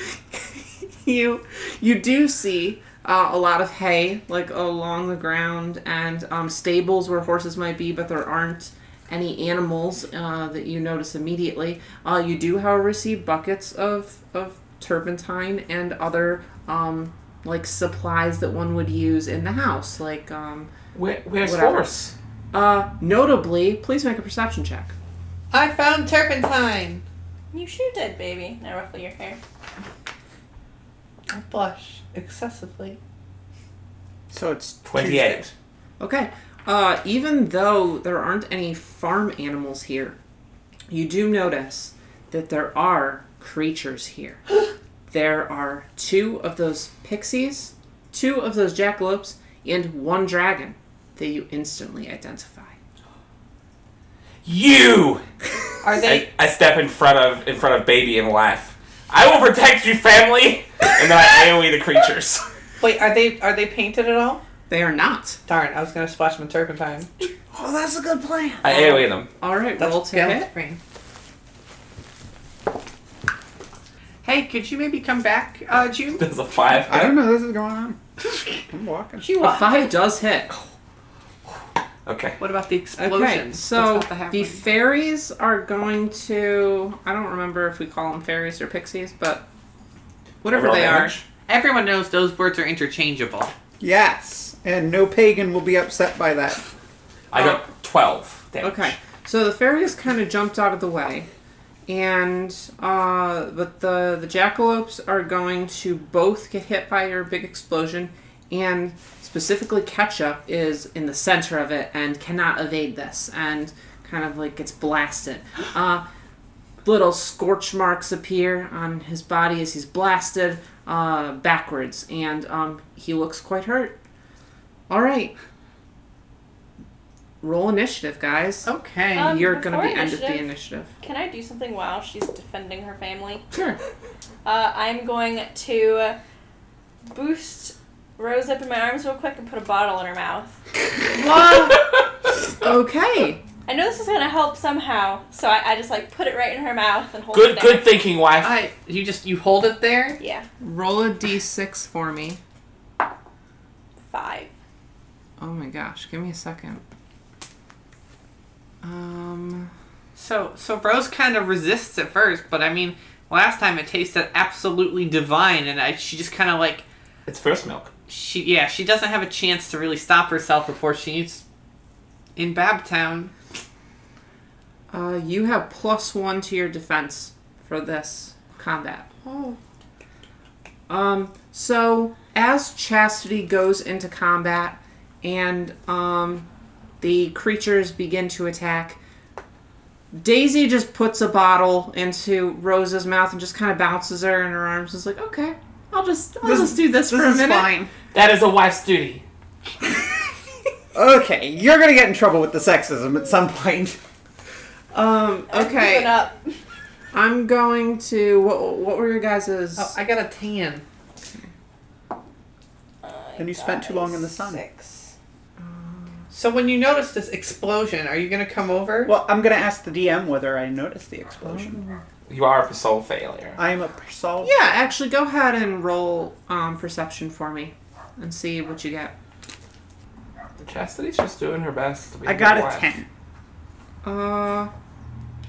<laughs> you you do see uh, a lot of hay like along the ground and um, stables where horses might be, but there aren't any animals uh, that you notice immediately. Uh, you do, however, see buckets of of turpentine and other um, like supplies that one would use in the house, like um, Where, where's Whatever. horse? uh, notably. Please make a perception check. I found turpentine. You sure did, baby. Now ruffle your hair. I blush excessively. <laughs> So it's Tuesday. 28. Okay. Uh, even though there aren't any farm animals here, you do notice that there are creatures <gasps> here. there are two of those pixies, two of those jackalopes, and one dragon that you instantly identify. You! Are I, they? I step in front of in front of baby and laugh. I will protect you, family. And then I AOE the creatures. Wait, are they? Are they painted at all? They are not. Darn, I was gonna splash some turpentine. Oh, that's a good plan. I AOE them. All right, roll to hit. spring. Hey, could you maybe come back, uh, June? There's a five. I don't know this is going on. <laughs> I'm walking. She A what? five does hit. Okay. What about the Okay, explosions? so What's about half the one? fairies are going to. I don't remember if we call them fairies or pixies, but whatever Roll they are. damage. everyone knows those words are interchangeable. Yes, and no pagan will be upset by that. I got 12 damage. Okay, so the fairies kind of jumped out of the way, and uh, but the the jackalopes are going to both get hit by your big explosion, and specifically Ketchup is in the center of it and cannot evade this, and kind of like gets blasted. Uh, little scorch marks appear on his body as he's blasted uh, backwards, and um, he looks quite hurt. All right. Roll initiative, guys. Okay. Um, You're gonna be before end of the initiative- initiative. Can I do something while she's defending her family? Sure. Uh, I'm going to boost Rose up in my arms real quick and put a bottle in her mouth. okay. I know this is gonna help somehow, so I, I just like put it right in her mouth and hold Good, it. there. good thinking, wife. I, you just you hold it there. Yeah, Roll a d6 for me. five. Oh my gosh, give me a second. Um. So so Rose kind of resists at first, but I mean, last time it tasted absolutely divine, and I, she just kind of like It's first milk. she yeah she doesn't have a chance to really stop herself before she's in Babtown. Uh, you have plus one to your defense for this combat. Oh. Um, so as Chastity goes into combat and um, the creatures begin to attack, Daisy just puts a bottle into Rose's mouth and just kind of bounces her in her arms. Is like, okay, I'll just I'll just do this, for a This is minute. fine. That is a wife's duty. Okay, you're gonna get in trouble with the sexism at some <laughs> point. Um, Give it okay, up. I'm going to. What, what were your guys's? Oh, I got a tan. And you spent too long in the sun. Six. Um, So when you notice this explosion, are you gonna come over? Well, I'm gonna ask the DM whether I noticed the explosion. You are a soul failure. I am a Persol. yeah, actually, go ahead and roll um, perception for me and see what you get. Chastity's just doing her best to be I got good a wife. ten. Uh,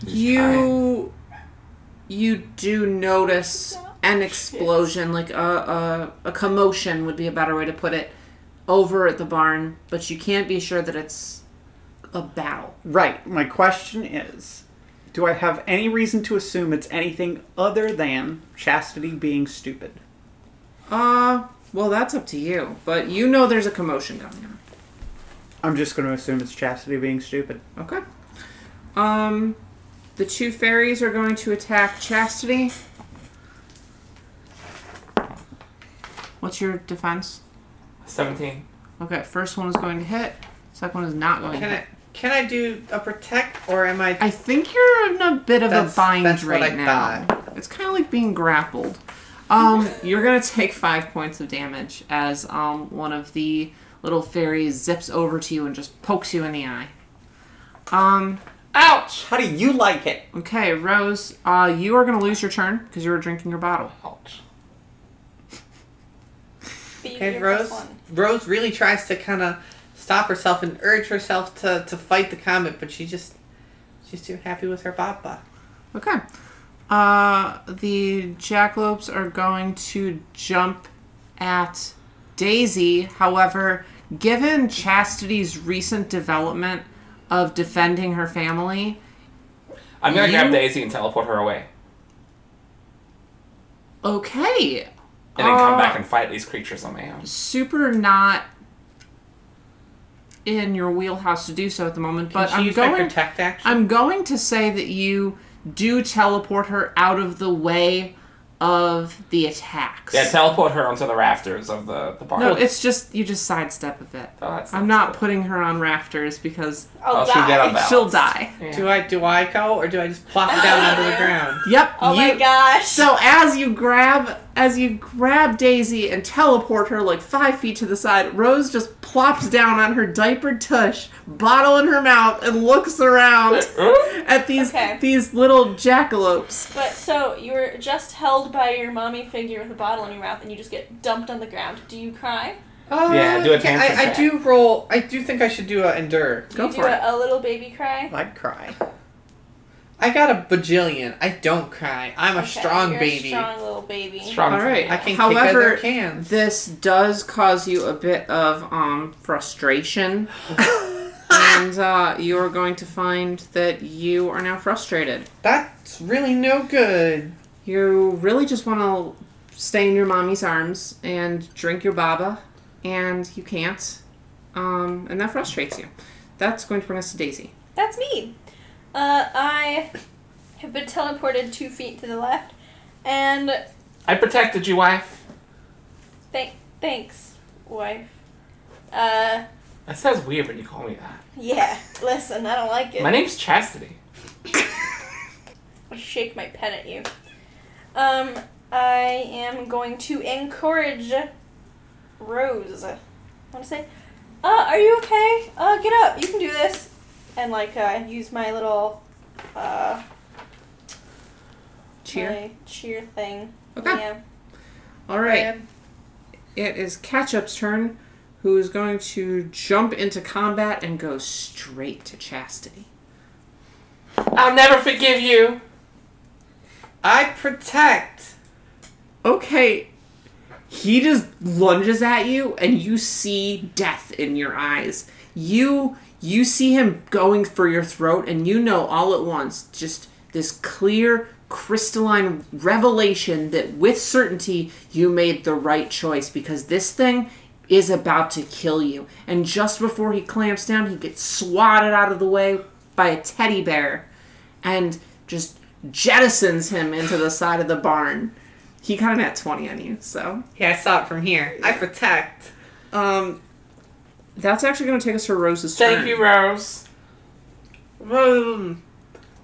She's you you do notice an explosion, like a, a a commotion would be a better way to put it, over at the barn, but you can't be sure that it's a battle. Right. My question is, Do I have any reason to assume it's anything other than chastity being stupid? Uh, well, that's up to you. But you know there's a commotion going on. I'm just going to assume it's chastity being stupid. Okay. Um, the two fairies are going to attack Chastity. What's your defense? 17. Okay, first one is going to hit. Second one is not going to Can I hit. can I do a protect or am I? I think you're in a bit of That's- a bind that's what right I now. It's kind of like being grappled. <laughs> Um, you're gonna take five points of damage as um one of the little fairies zips over to you and just pokes you in the eye. Um, Ouch! How do you like it? Okay, Rose, uh, you are going to lose your turn because you were drinking your bottle. Ouch. But you Okay, get your Rose. plus one. Rose really tries to kind of stop herself and urge herself to to fight the comet, but she just she's too happy with her papa. Okay. Uh, the jackalopes are going to jump at Daisy. However, given Chastity's recent development of defending her family, I'm gonna You- grab Daisy and teleport her away. okay, And then come Uh, back and fight these creatures on my own. super not in your wheelhouse to do so at the moment, Can but she I'm use my going protect action? I'm going to say that you do teleport her out of the way of the attacks. Yeah, teleport her onto the rafters of the, the bar. no, it's just you just sidestep a bit. Oh, that's I'm not putting her on rafters because I'll Oh, she'll die. get on that. she'll die. do I do I go or do I just plop down onto the ground? <laughs> Yep. Oh my you- gosh. So as you grab as you grab Daisy and teleport her like five feet to the side, Rose just plops down on her diapered tush, bottle in her mouth, and <laughs> looks around at these Okay. these little jackalopes. but so you were just held by your mommy figure with a bottle in your mouth, and you just get dumped on the ground. Do you cry? Uh, Yeah, do a okay, panther I, I check. do roll. I do think I should do a endure. Do Go you do for it. A, a little baby cry. I'd cry. I got a bajillion. I don't cry. I'm a Okay, strong you're baby. A strong little baby. Strong. All right. I can kick However, other cans. this does cause you a bit of um, <laughs> frustration, and uh, you are going to find that you are now frustrated. That's really no good. You really just want to stay in your mommy's arms and drink your baba, and you can't, um, and that frustrates you. That's going to bring us to Daisy. That's me. Uh, I have been teleported two feet to the left, and I protected you, wife. thank thanks, wife. Uh, That sounds weird when you call me that. yeah. <laughs> Listen, I don't like it. My name's Chastity. I'll shake my pen at you. Um, I am going to encourage Rose. I want to say, uh, are you okay? Uh, get up. You can do this. And like, uh, use my little, uh, Cheer. my cheer thing. Okay. Yeah. Um, All right. It is Catchup's turn, who is going to jump into combat and go straight to Chastity. I'll never forgive you. I protect. okay he just lunges at you and you see death in your eyes you you see him going for your throat and you know all at once just this clear crystalline revelation that with certainty you made the right choice because this thing is about to kill you and just before he clamps down he gets swatted out of the way by a teddy bear and just jettisons him into the side of the barn he got an at 20 on you so Yeah, I saw it from here. I protect. um that's actually going to take us to rose's turn Thank you, Rose. Boom.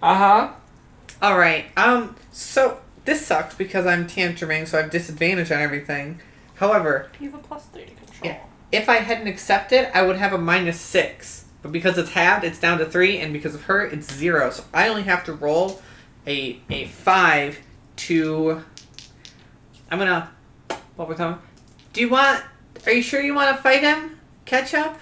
Uh huh. All right. Um. So this sucks because I'm tantruming, so I have disadvantage on everything. However, You have a plus three to control. Yeah. if I hadn't accepted, I would have a minus six. But because it's halved, it's down to three, and because of her, it's zero. So I only have to roll a a five to. I'm gonna. What we're talking? Do you want? Are you sure you want to fight him? Catch up?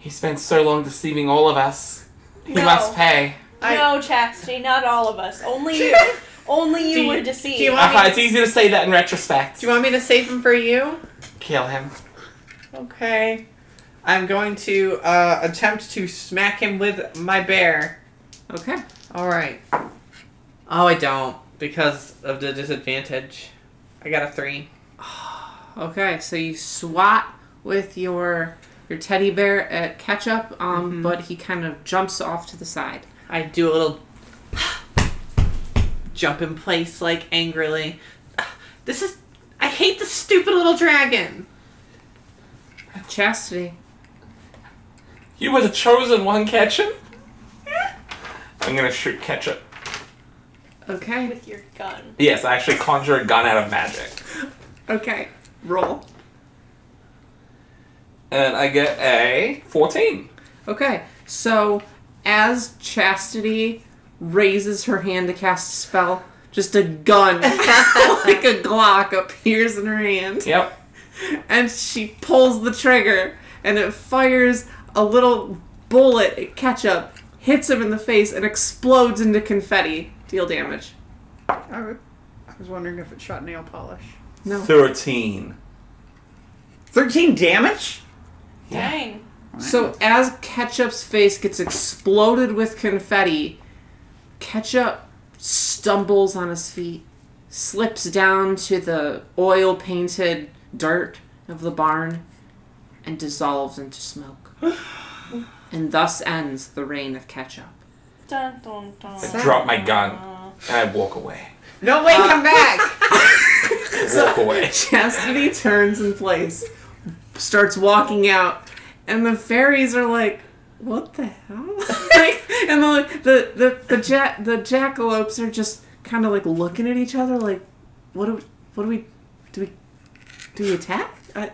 He spent so long deceiving all of us. He No. must pay. I- No, Chastity, not all of us. Only <laughs> you. Only Do you you- were deceived. do you want- I mean- Uh-huh, it's easy to say that in retrospect. Do you want me to save him for you? Kill him. Okay. I'm going to uh, attempt to smack him with my bear. Okay. All right. Oh, I don't because of the disadvantage. I got a three. Okay, so you swat with your your teddy bear at catch up, um, Mm-hmm. but he kind of jumps off to the side. I do a little <sighs> jump in place, like angrily. <sighs> This is. I hate this stupid little dragon. Chastity. You were the chosen one, <laughs> Ketchup. I'm gonna shoot Ketchup. Okay. with your gun. Yes, I actually conjure a gun out of magic. Okay. Roll. And I get a 14. Okay. So as Chastity raises her hand to cast a spell, just a gun <laughs> like a Glock appears in her hand. Yep. and she pulls the trigger and it fires a little bullet at ketchup hits him in the face and explodes into confetti deal damage I would- I was wondering if it shot nail polish. 13. 13 damage? Dang. so as ketchup's face gets exploded with confetti ketchup stumbles on his feet slips down to the oil painted dirt of the barn and dissolves into smoke and thus ends the reign of ketchup Dun dun dun. Drop my gun. And I walk away. No way, come back. Walk <laughs> away. Chastity turns in place, starts walking out, and the fairies are like, "What the hell?" <laughs> like, and the like, the the the, ja- the jackalopes are just kind of like looking at each other, like, "What do we, what do we do we do we attack? I,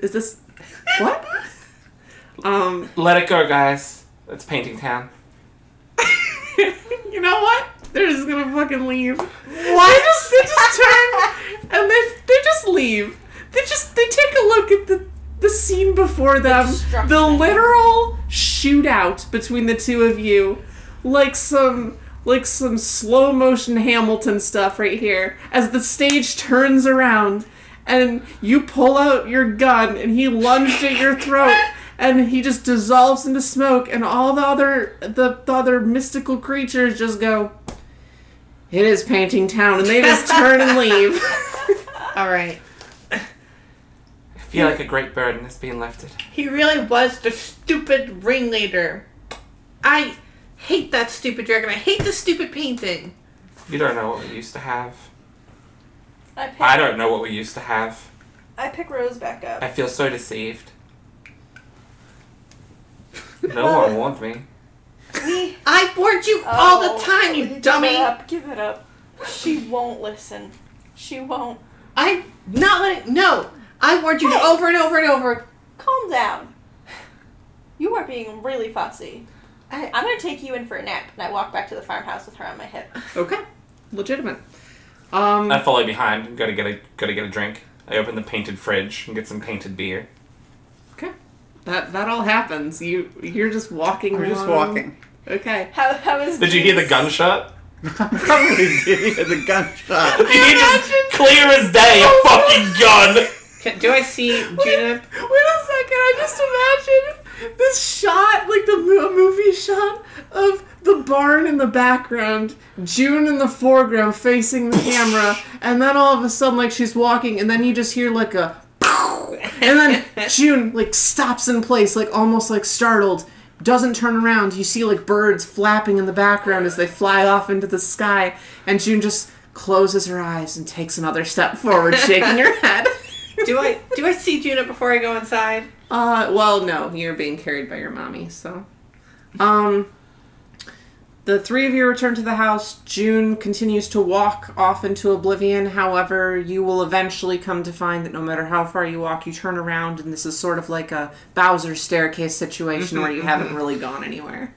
is this what?" Um, Let it go, guys. It's painting town. <laughs> you know what? They're just gonna fucking leave. Why just they just turn and they they just leave. They just they take a look at the the scene before them. The, destruction. literal shootout between the two of you. Like some like some slow motion Hamilton stuff right here as the stage turns around and you pull out your gun and he lunged at your throat and he just dissolves into smoke and all the other the, the other mystical creatures just go it is painting town and they just turn and leave All right. I feel like a great bird and it's being lifted. He really was the stupid ringleader. I hate that stupid dragon. I hate this stupid painting. You don't know what we used to have. I pick, I don't know what we used to have. I pick Rose back I up. feel so deceived. <laughs> No one warned me. We, I warned you Oh. all the time, you Give dummy. it up. Give it up. She won't listen. She won't. I not letting. No, I warned you Hey. over and over and over. Calm down. You are being really fussy. I- I'm gonna take you in for a nap, and I walk back to the farmhouse with her on my hip. okay legitimate um I follow behind. Gotta get a gotta get a drink. I open the painted fridge and get some painted beer. okay that that all happens you you're just walking We're just along. walking. okay How how is? Did you hear the Jinx? gunshot? Probably did <laughs> hear the gunshot. You hear just clear as day Oh a fucking gun. Can, do I see Junip? Wait a second, I just imagine this shot, like the mo- a movie shot of the barn in the background, June in the foreground facing the camera, and then all of a sudden, like she's walking, and then you just hear like a <laughs> pow, and then June like stops in place, like almost like startled, doesn't turn around. You see like birds flapping in the background as they fly off into the sky, and June just closes her eyes and takes another step forward, shaking her <laughs> head. Do I do I see Junip before I go inside? Uh, well, no, you're being carried by your mommy, so. Um, the three of you return to the house. June continues to walk off into oblivion. However, you will eventually come to find that no matter how far you walk, you turn around, and this is sort of like a Bowser staircase situation where Mm-hmm, you haven't really gone anywhere.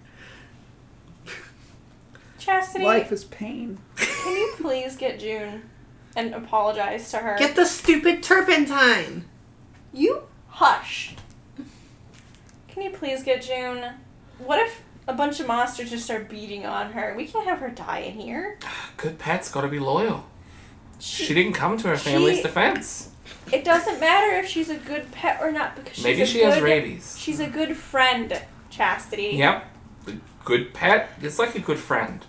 Chastity? Life is pain. Can you please get June and apologize to her? Get the stupid <laughs> turpentine. you hush. Can you please get June? What if a bunch of monsters just start beating on her? We can't have her die in here. Good pet's gotta be loyal. She She, didn't come to her family's She- defense. it doesn't matter if she's a good pet or not because she's Maybe a she good, has rabies. She's a good friend, Chastity. Yep. good pet. It's like a good friend.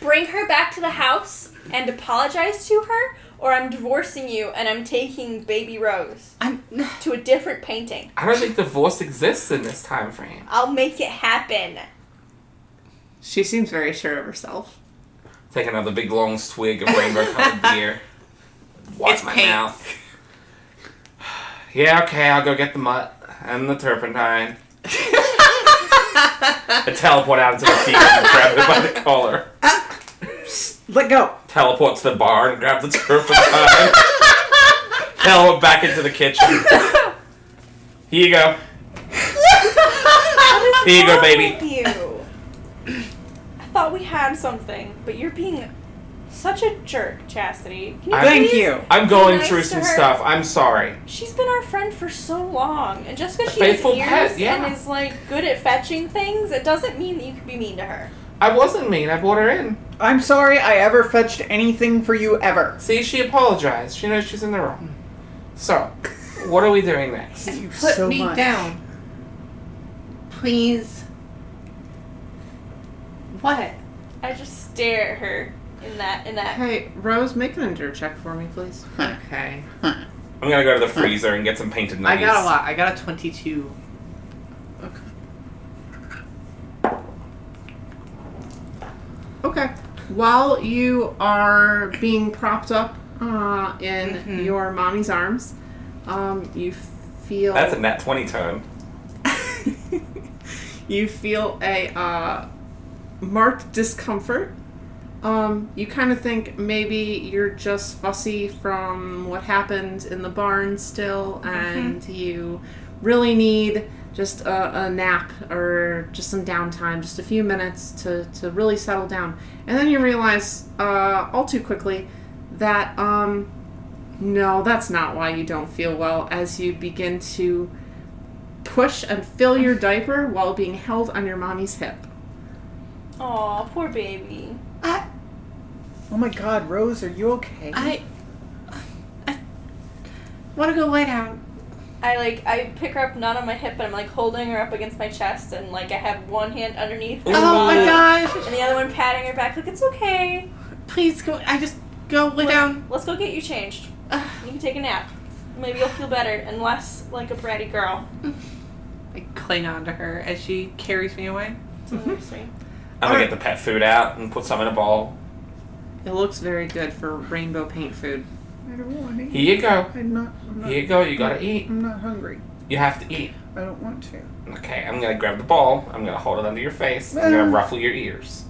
Bring her back to the house and apologize to her, or I'm divorcing you and I'm taking baby Rose I'm. to a different painting. I don't think divorce exists in this time frame. I'll make it happen. She seems very sure of herself. Take another big long swig of rainbow <laughs> colored beer. Wipe It's my pink. mouth. Yeah, okay, I'll go get the mutt and the turpentine. I teleport out into the field and grab it by the collar. Let go. Teleport to the bar and grab the turpentine. <laughs> teleport back into the kitchen. Here you go. What is Here you go, wrong baby. with you? I thought we had something, but you're being such a jerk, Chastity. Can you I'm- Thank please- you. I'm going nice through to some her. stuff. I'm sorry. She's been our friend for so long, and just because she faithful has ears pet, yeah. and is like good at fetching things, it doesn't mean that you can be mean to her. I wasn't mean. I brought her in. I'm sorry I ever fetched anything for you ever. See, she apologized. She knows she's in the wrong. So, what are we doing next? Thank you Put so me much. down. Please. What? I just stare at her in that <laughs> in that. Hey, Rose, make an endure check for me, please. Okay. I'm gonna go to the freezer and get some painted I knives. got a lot. I got a 22. Okay. While you are being propped up uh, in Mhm. your mommy's arms, um, you feel That's a nat 20 turn. <laughs> you feel a uh, marked discomfort. Um, you kind of think maybe you're just fussy from what happened in the barn still, and you really need just a, a nap or just some downtime, just a few minutes to, to really settle down. And then you realize uh, all too quickly that um, no, that's not why you don't feel well as you begin to push and fill your diaper while being held on your mommy's hip. Aw, poor baby. Oh my god, Rose, are you okay? I. I want to go lay down. I like I pick her up not on my hip, but I'm like holding her up against my chest, and like I have one hand underneath, her Oh my Ooh. gosh. and the other one patting her back, like it's okay. Please go. I just go lay down. Let's go get you changed. Ugh. You can take a nap. Maybe you'll feel better and less like a <laughs> bratty girl. I cling on to her as she carries me away. I'm gonna get the pet food out and put some in a bowl. It looks very good for rainbow paint food. I don't want to. Here you go. I'm not. I'm not, Here you go. You gotta eat. I'm not hungry. You have to eat. I don't want to. Okay, I'm gonna grab the bowl. I'm gonna hold it under your face. I'm gonna Mm. ruffle your ears.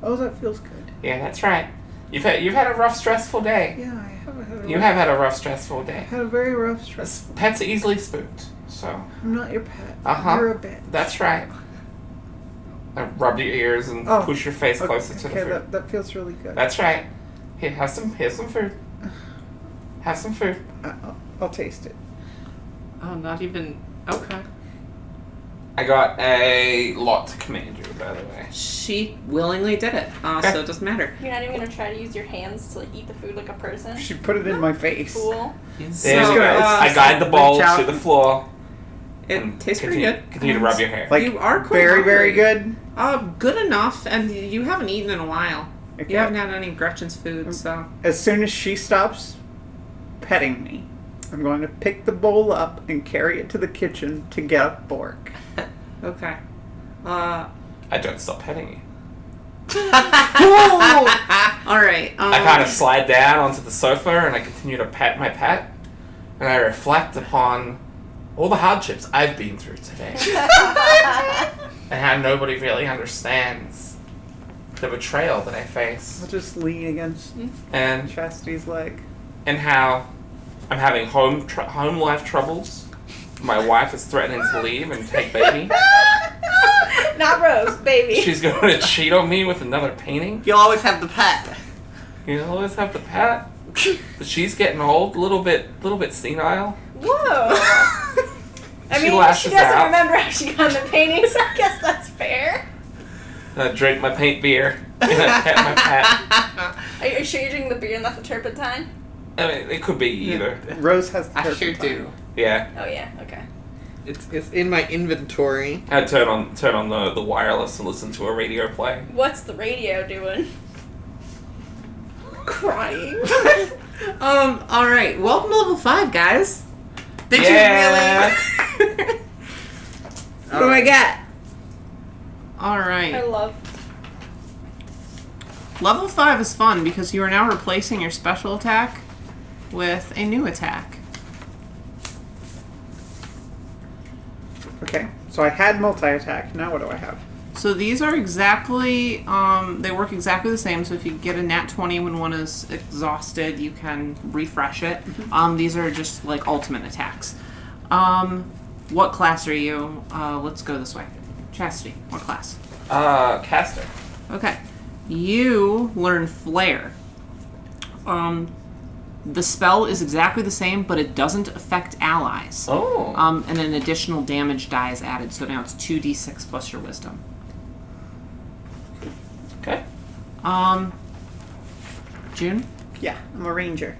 Oh, that feels good. Yeah, that's right. You've had you've had a rough, stressful day. Yeah, I have had a, You rough- have had a rough, stressful day. had a very rough stress. Pets are easily spooked, so I'm not your pet. Uh-huh. You're a bit. that's right. Now rub your ears and Oh, push your face closer to the okay, food. that, that feels really good. That's right. Here, have some. Here's some food. Have some food. I, I'll, I'll taste it. Oh, not even. Okay. I got a lot to command you, by the way. She willingly did it, uh, so it doesn't matter. You're not even gonna try to use your hands to like, eat the food like a person. She put it in my face. Cool. There So, you go. uh, I guide the reach bowl out. to the floor. It Um, and tastes pretty continue, good. Continue to rub your hair. Like, you are quite very, very hungry. good. Uh, good enough, and you haven't eaten in a while. Okay. You haven't had any Gretchen's Um. food, so. As soon as she stops petting me, I'm going to pick the bowl up and carry it to the kitchen to get a fork. Okay. <laughs> Uh, <laughs> I don't stop petting you. alright. Um, I kind of slide down onto the sofa and I continue to pat my pet, and I reflect upon all the hardships I've been through today, and how nobody really understands the betrayal that I face, I'll just lean against and Chastity's leg. and how I'm having home tr- home life troubles. My wife is threatening to leave and take baby. <laughs> not Rose, baby. She's going to cheat on me with another painting. You'll always have the <laughs> pet. You always have the pet. But she's getting old, little bit, little bit senile. Whoa. She I mean, if she lashes doesn't out. remember how she got in the paintings. <laughs> I guess that's fair. And I drink my paint <laughs> beer and I pet my pet. Are you sure you're drinking the beer and not the turpentine? I mean, it could be either. Rose has <laughs> the I sure turpentine. do. Yeah. Oh yeah. Okay. It's, it's in my inventory. I turn on turn on the, the wireless to listen to a radio play. What's the radio doing? Crying. <laughs> Um, alright. Welcome to level 5, guys. Did Yeah. you really? All right. got? I Alright. love. Level 5 is fun because you are now replacing your special attack with a new attack. Okay, so I had multi attack. Now what do I have? So these are exactly, um, they work exactly the same. So if you get a nat 20 when one is exhausted, you can refresh it. Um, these are just like ultimate attacks. Um, what class are you? Uh, let's go this way. Chastity, what class? Uh, caster. Okay. You learn Flare. Um, the spell is exactly the same, but it doesn't affect allies. Oh. Um, and an additional damage die is added, so now it's 2d6 plus your wisdom. okay. Um, June, Yeah, I'm a ranger.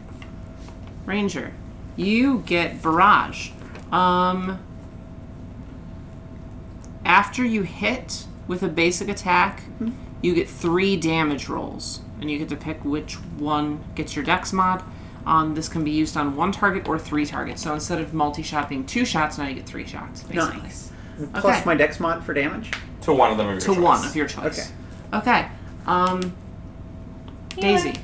Ranger, you get barrage. Um, after you hit with a basic attack, you get three damage rolls, and you get to pick which one gets your dex mod. Um, this can be used on one target or three targets. So instead of multi-shot being two shots, now you get three shots. Basically. Nice. Plus my dex mod for damage. To one of them. Of your to choice. one of your choice. Okay. Okay. Um, Daisy,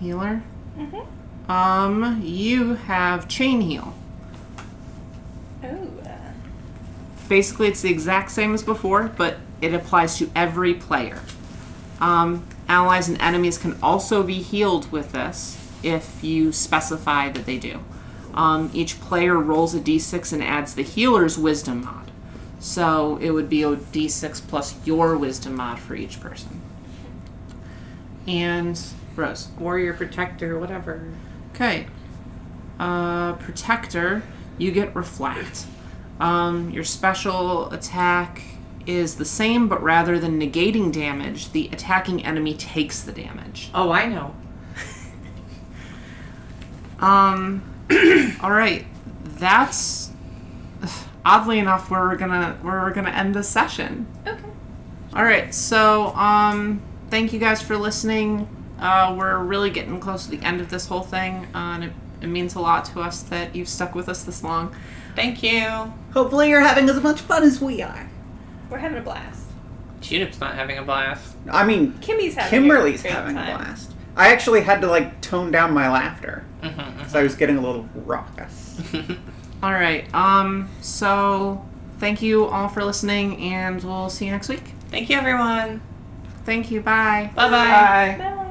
healer. Mm-hmm. Um, you have chain heal. Ooh. Oh, uh, Basically, it's the exact same as before, but it applies to every player. Um, allies and enemies can also be healed with this if you specify that they do. Um, each player rolls a d6 and adds the healer's wisdom mod. So it would be a d6 plus your wisdom mod for each person. And Rose. Warrior, protector, whatever. Okay. Uh, protector, you get reflect. Um, your special attack is the same, but rather than negating damage, the attacking enemy takes the damage. Oh, I know. <laughs> Um, <clears throat> all right, that's <sighs> oddly enough where we're gonna where we're gonna end this session. Okay. All right, so um, thank you guys for listening. Uh, we're really getting close to the end of this whole thing, uh, and it, it means a lot to us that you've stuck with us this long. Thank you. Hopefully, you're having as much fun as we are. We're having a blast. Tunip's not having a blast. I mean, Kimmy's having. Kimberly's a great having time. a blast. I actually had to like tone down my laughter Mhm. because I was getting a little raucous. All right, um, so thank you all for listening, and we'll see you next week. Thank you, everyone. Thank you. Bye. Bye-bye. Bye. Bye.